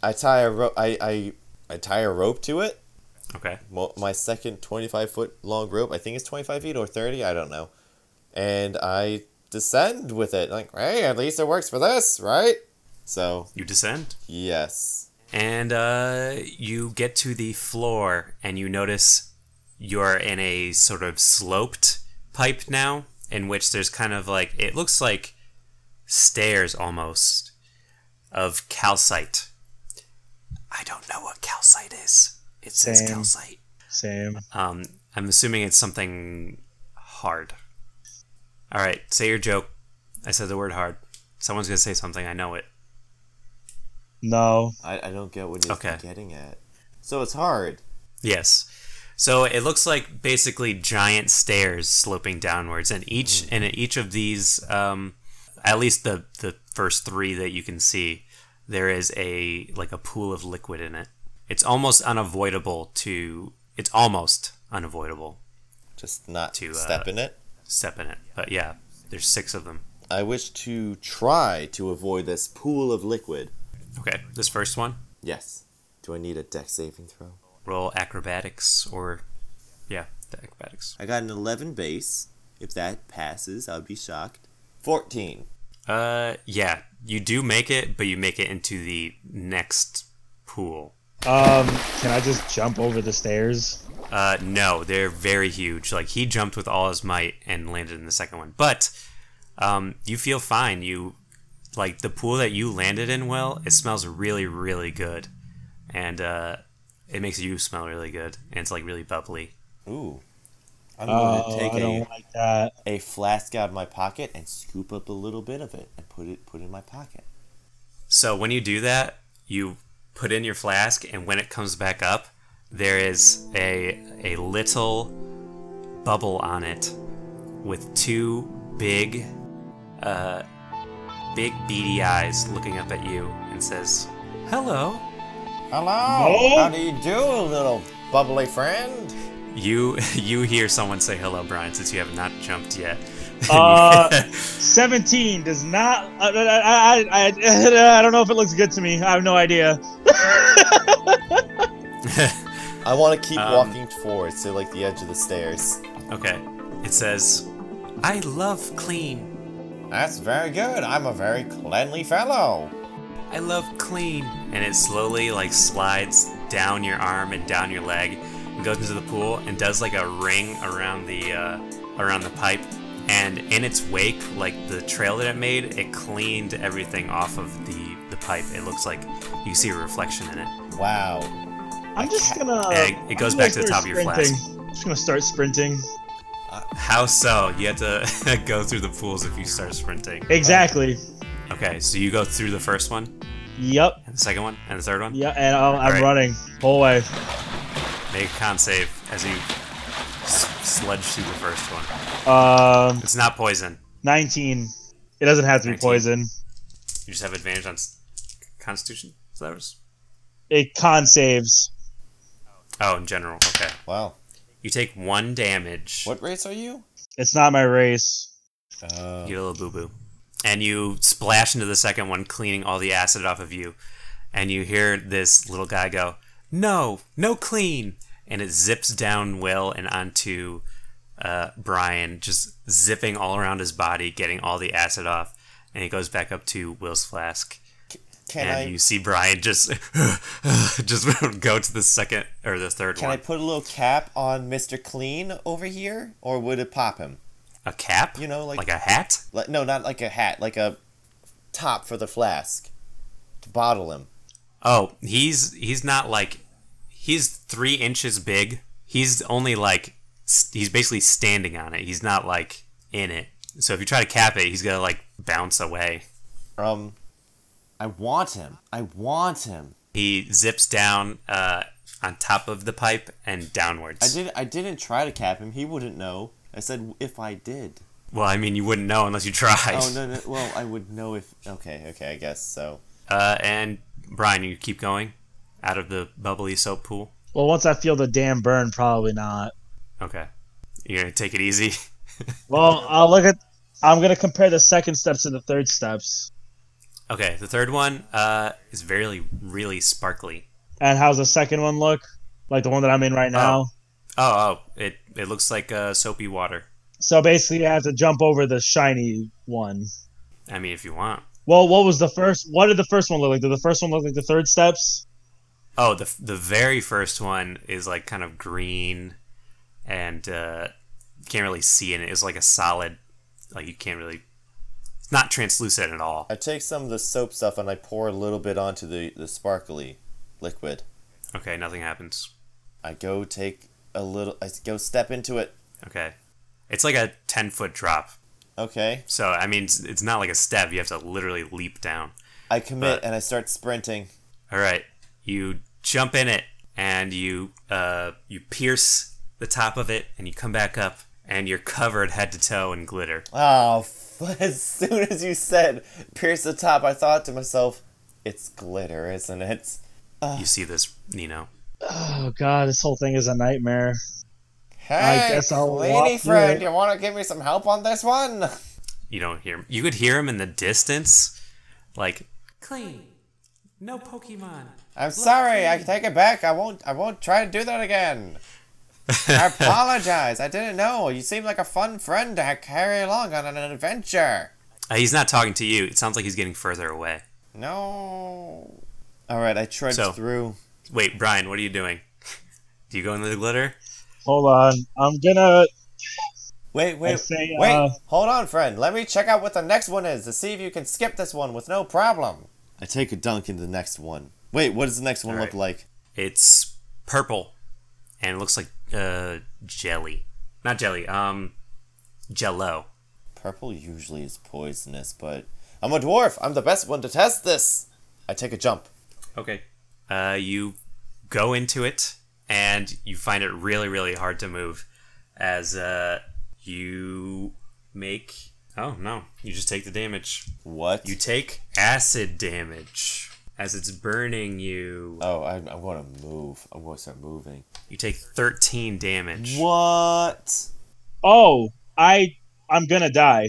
Speaker 4: I tie a rope. I, I I tie a rope to it.
Speaker 1: Okay.
Speaker 4: Mo- My second twenty-five foot long rope. I think it's twenty-five feet or thirty. I don't know. And I descend with it. Like, hey, at least it works for this, right? So
Speaker 1: You descend,
Speaker 4: yes.
Speaker 1: and uh, you get to the floor, and you notice you're in a sort of sloped pipe now, in which there's kind of like it looks like stairs almost of calcite. I don't know what calcite is. It says
Speaker 3: Same.
Speaker 1: calcite.
Speaker 3: Same.
Speaker 4: Uh,
Speaker 1: Um, I'm assuming it's something hard. All right, say your joke. I said the word hard. Someone's gonna say something. I know it.
Speaker 3: No.
Speaker 4: I, I don't get what he's
Speaker 1: Okay.
Speaker 4: getting at. So it's hard.
Speaker 1: Yes. So it looks like basically giant stairs sloping downwards, and each and in each of these, um, at least the the first three that you can see, there is a like a pool of liquid in it. It's almost unavoidable to. It's almost unavoidable
Speaker 4: Just not
Speaker 1: To,
Speaker 4: to
Speaker 1: uh,
Speaker 4: step in it.
Speaker 1: step in it, but yeah, there's six of them.
Speaker 4: I wish to try to avoid this pool of liquid.
Speaker 1: Okay, this first one,
Speaker 4: Yes. Do I need a deck saving throw?
Speaker 1: roll acrobatics or, yeah, the acrobatics.
Speaker 4: I got an 11 base. If that passes, I'll be shocked. 14.
Speaker 1: Uh, yeah, you do make it, but you make it into the next pool.
Speaker 3: Um, can I just jump over the stairs?
Speaker 1: Uh, no, they're very huge. Like he jumped with all his might and landed in the second one. But um, you feel fine. You like the pool that you landed in. Well, it smells really, really good, and uh, it makes you smell really good. And it's like really bubbly.
Speaker 4: Ooh. I'm going
Speaker 3: Oh,
Speaker 4: to take
Speaker 3: I don't
Speaker 4: a,
Speaker 3: like that.
Speaker 4: a flask out of my pocket and scoop up a little bit of it and put it put it in my pocket.
Speaker 1: So when you do that, you put in your flask, and when it comes back up, there is a a little bubble on it with two big, uh, big beady eyes looking up at you and says, "Hello."
Speaker 4: Hello.
Speaker 3: No.
Speaker 4: How do you do, little bubbly friend?
Speaker 1: You you hear someone say hello, Brian, since you have not jumped yet.
Speaker 3: Uh, Seventeen does not. I, I, I, I, I don't know if it looks good to me. I have no idea.
Speaker 4: I want to keep
Speaker 1: Um,
Speaker 3: Um,
Speaker 4: walking forward to like the edge of the stairs.
Speaker 1: Okay. It says, I love clean.
Speaker 4: That's very good. I'm a very cleanly fellow.
Speaker 1: I love clean. And it slowly like slides down your arm and down your leg and goes into the pool and does like a ring around the uh, around the pipe. And in its wake, like the trail that it made, it cleaned everything off of the, the pipe. It looks like you see a reflection in it.
Speaker 4: Wow.
Speaker 3: I'm just gonna.
Speaker 1: Egg. It goes
Speaker 3: I'm
Speaker 1: back
Speaker 3: gonna
Speaker 1: to the top
Speaker 3: start
Speaker 1: of your flask.
Speaker 3: sprinting. I'm just gonna start sprinting.
Speaker 1: How so? You have to go through the pools if you start sprinting.
Speaker 3: Exactly.
Speaker 1: Okay, so you go through the first one,
Speaker 3: Yep.
Speaker 1: and the second one, and the third one.
Speaker 3: Yeah, and I'll, I'm
Speaker 1: Alright.
Speaker 3: running whole way.
Speaker 1: Make a con save as you s- sludge through the first one.
Speaker 3: Um,
Speaker 1: It's not poison.
Speaker 3: 19. It doesn't have to be
Speaker 1: 19.
Speaker 3: poison.
Speaker 1: You just have advantage on s- Constitution. Is that yours?
Speaker 3: It con saves.
Speaker 1: Oh, in general. Okay.
Speaker 4: Wow.
Speaker 1: You take one damage.
Speaker 4: What race are you?
Speaker 3: It's not my race.
Speaker 4: Uh,
Speaker 1: You little boo boo. And you splash into the second one, cleaning all the acid off of you. And you hear this little guy go, No, no clean. And it zips down Will and onto uh, Brian, just zipping all around his body, getting all the acid off. And he goes back up to Will's flask.
Speaker 4: can
Speaker 1: and
Speaker 4: I
Speaker 1: you see Brian just just go to the second or the third
Speaker 4: can I
Speaker 1: one.
Speaker 4: put a little cap on Mr. Clean over here, or would it pop him?
Speaker 1: A cap?
Speaker 4: You know, like-
Speaker 1: like a hat?
Speaker 4: Like, no, not like a hat, like a top for the flask to bottle him.
Speaker 1: Oh, he's he's not like he's three inches big. He's only like s he's basically standing on it. He's not like in it. So if you try to cap it, he's gonna like bounce away.
Speaker 4: Um, I want him. I want him.
Speaker 1: He zips down uh, on top of the pipe and downwards.
Speaker 4: I did. I didn't try to cap him. He wouldn't know. I said if I did.
Speaker 1: Well, I mean, you wouldn't know unless you tried.
Speaker 4: Oh no, no. Well, I would know if. Okay, okay. I guess so.
Speaker 1: Uh, and Brian, you keep going out of the bubbly soap pool.
Speaker 3: Well, once I feel the damn burn, probably not.
Speaker 1: Okay, you're gonna take it easy.
Speaker 3: Well, I'll look at. I'm gonna compare the second steps to the third steps.
Speaker 1: Okay, the third one uh, is very, really sparkly.
Speaker 3: And how's the second one look? Like the one that I'm in right now.
Speaker 1: Oh, oh, it it looks like uh, soapy water.
Speaker 3: So basically, I have to jump over the shiny one.
Speaker 1: I mean, if you want.
Speaker 3: Well, what was the first? What did the first one look like? Did the first one look like the third steps?
Speaker 1: Oh, the the very first one is like kind of green, and uh, you can't really see in it. It's like a solid, like you can't really. It's not translucent at all.
Speaker 4: I take some of the soap stuff and I pour a little bit onto the the sparkly liquid.
Speaker 1: Okay, nothing happens.
Speaker 4: I go take a little. I go step into it.
Speaker 1: Okay, it's like a ten foot drop.
Speaker 4: Okay.
Speaker 1: So I mean, it's, it's not like a step. You have to literally leap down.
Speaker 4: I commit
Speaker 1: But-
Speaker 4: and I start sprinting.
Speaker 1: All right, you jump in it and you uh, you pierce the top of it and you come back up and you're covered head to toe in glitter.
Speaker 4: Oh, f- as soon as you said pierce the top, I thought to myself, "It's glitter, isn't it?"
Speaker 1: You see this, you know.
Speaker 3: Oh god, this whole thing is a nightmare.
Speaker 4: Hey,
Speaker 3: guess I'll
Speaker 4: lady
Speaker 3: walk through
Speaker 4: friend,
Speaker 3: it.
Speaker 4: you want to give me some help on this one?
Speaker 1: You don't hear him. You could hear him in the distance, like clean, no Pokemon.
Speaker 4: I'm sorry. I take it back. I won't. I won't try to do that again. I apologize. I didn't know. You seem like a fun friend to ha- carry along on an adventure.
Speaker 1: Uh, he's not talking to you. It sounds like he's getting further away.
Speaker 4: No. All right. I trudged
Speaker 1: So-
Speaker 4: through.
Speaker 1: Wait, Brian, what are you doing? Do you go into the glitter?
Speaker 3: Hold on, I'm gonna.
Speaker 4: Wait,
Speaker 3: I
Speaker 4: wait,
Speaker 3: say,
Speaker 4: wait.
Speaker 3: uh,
Speaker 4: Hold on, friend. Let me check out what the next one is to see if you can skip this one with no problem. I take a dunk into the next one. Wait, what does the next one
Speaker 1: All
Speaker 4: look
Speaker 1: right.
Speaker 4: like?
Speaker 1: It's purple, and it looks like uh jelly, not jelly. Um, Jello.
Speaker 4: Purple usually is poisonous, but I'm a dwarf. I'm the best one to test this. I take a jump.
Speaker 1: Okay. Uh, you go into it, and you find it really, really hard to move. As uh, you make. Oh, no. You just take the damage.
Speaker 4: What?
Speaker 1: You take acid damage. As it's burning you,
Speaker 4: Oh, I, I want to move. I want to start moving.
Speaker 1: you take 13 damage.
Speaker 4: What?
Speaker 3: Oh, I. I'm gonna die.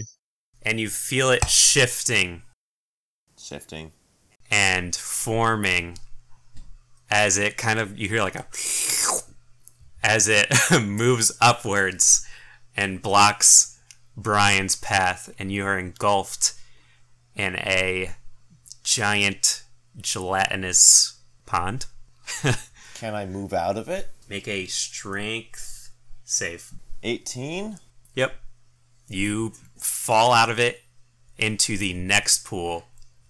Speaker 1: And you feel it shifting
Speaker 4: Shifting.
Speaker 1: and forming as it kind of. You hear like a. As it moves upwards and blocks Brian's path, and you are engulfed in a giant gelatinous pond.
Speaker 4: Can I move out of it?
Speaker 1: Make a strength save.
Speaker 4: 18?
Speaker 1: Yep. You fall out of it into the next pool,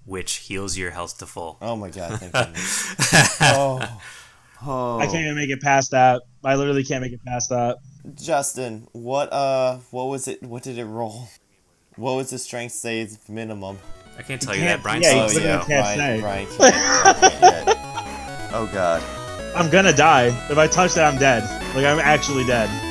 Speaker 1: which heals your health to full.
Speaker 4: Oh my god, thank goodness. oh. Oh.
Speaker 3: I can't even make it past that. I literally can't make it past that.
Speaker 4: Justin, what uh what was it what did it roll? What was the strength save minimum? Oh,
Speaker 1: I can't tell you that.
Speaker 3: can't-
Speaker 1: Brian's
Speaker 3: yeah,
Speaker 1: yeah,
Speaker 3: you
Speaker 1: still
Speaker 3: said-
Speaker 1: yeah.
Speaker 3: I can't
Speaker 4: Ryan-
Speaker 3: say.
Speaker 4: Ryan can't- Oh god.
Speaker 3: I'm gonna die. If I touch that, I'm dead. Like, I'm actually dead.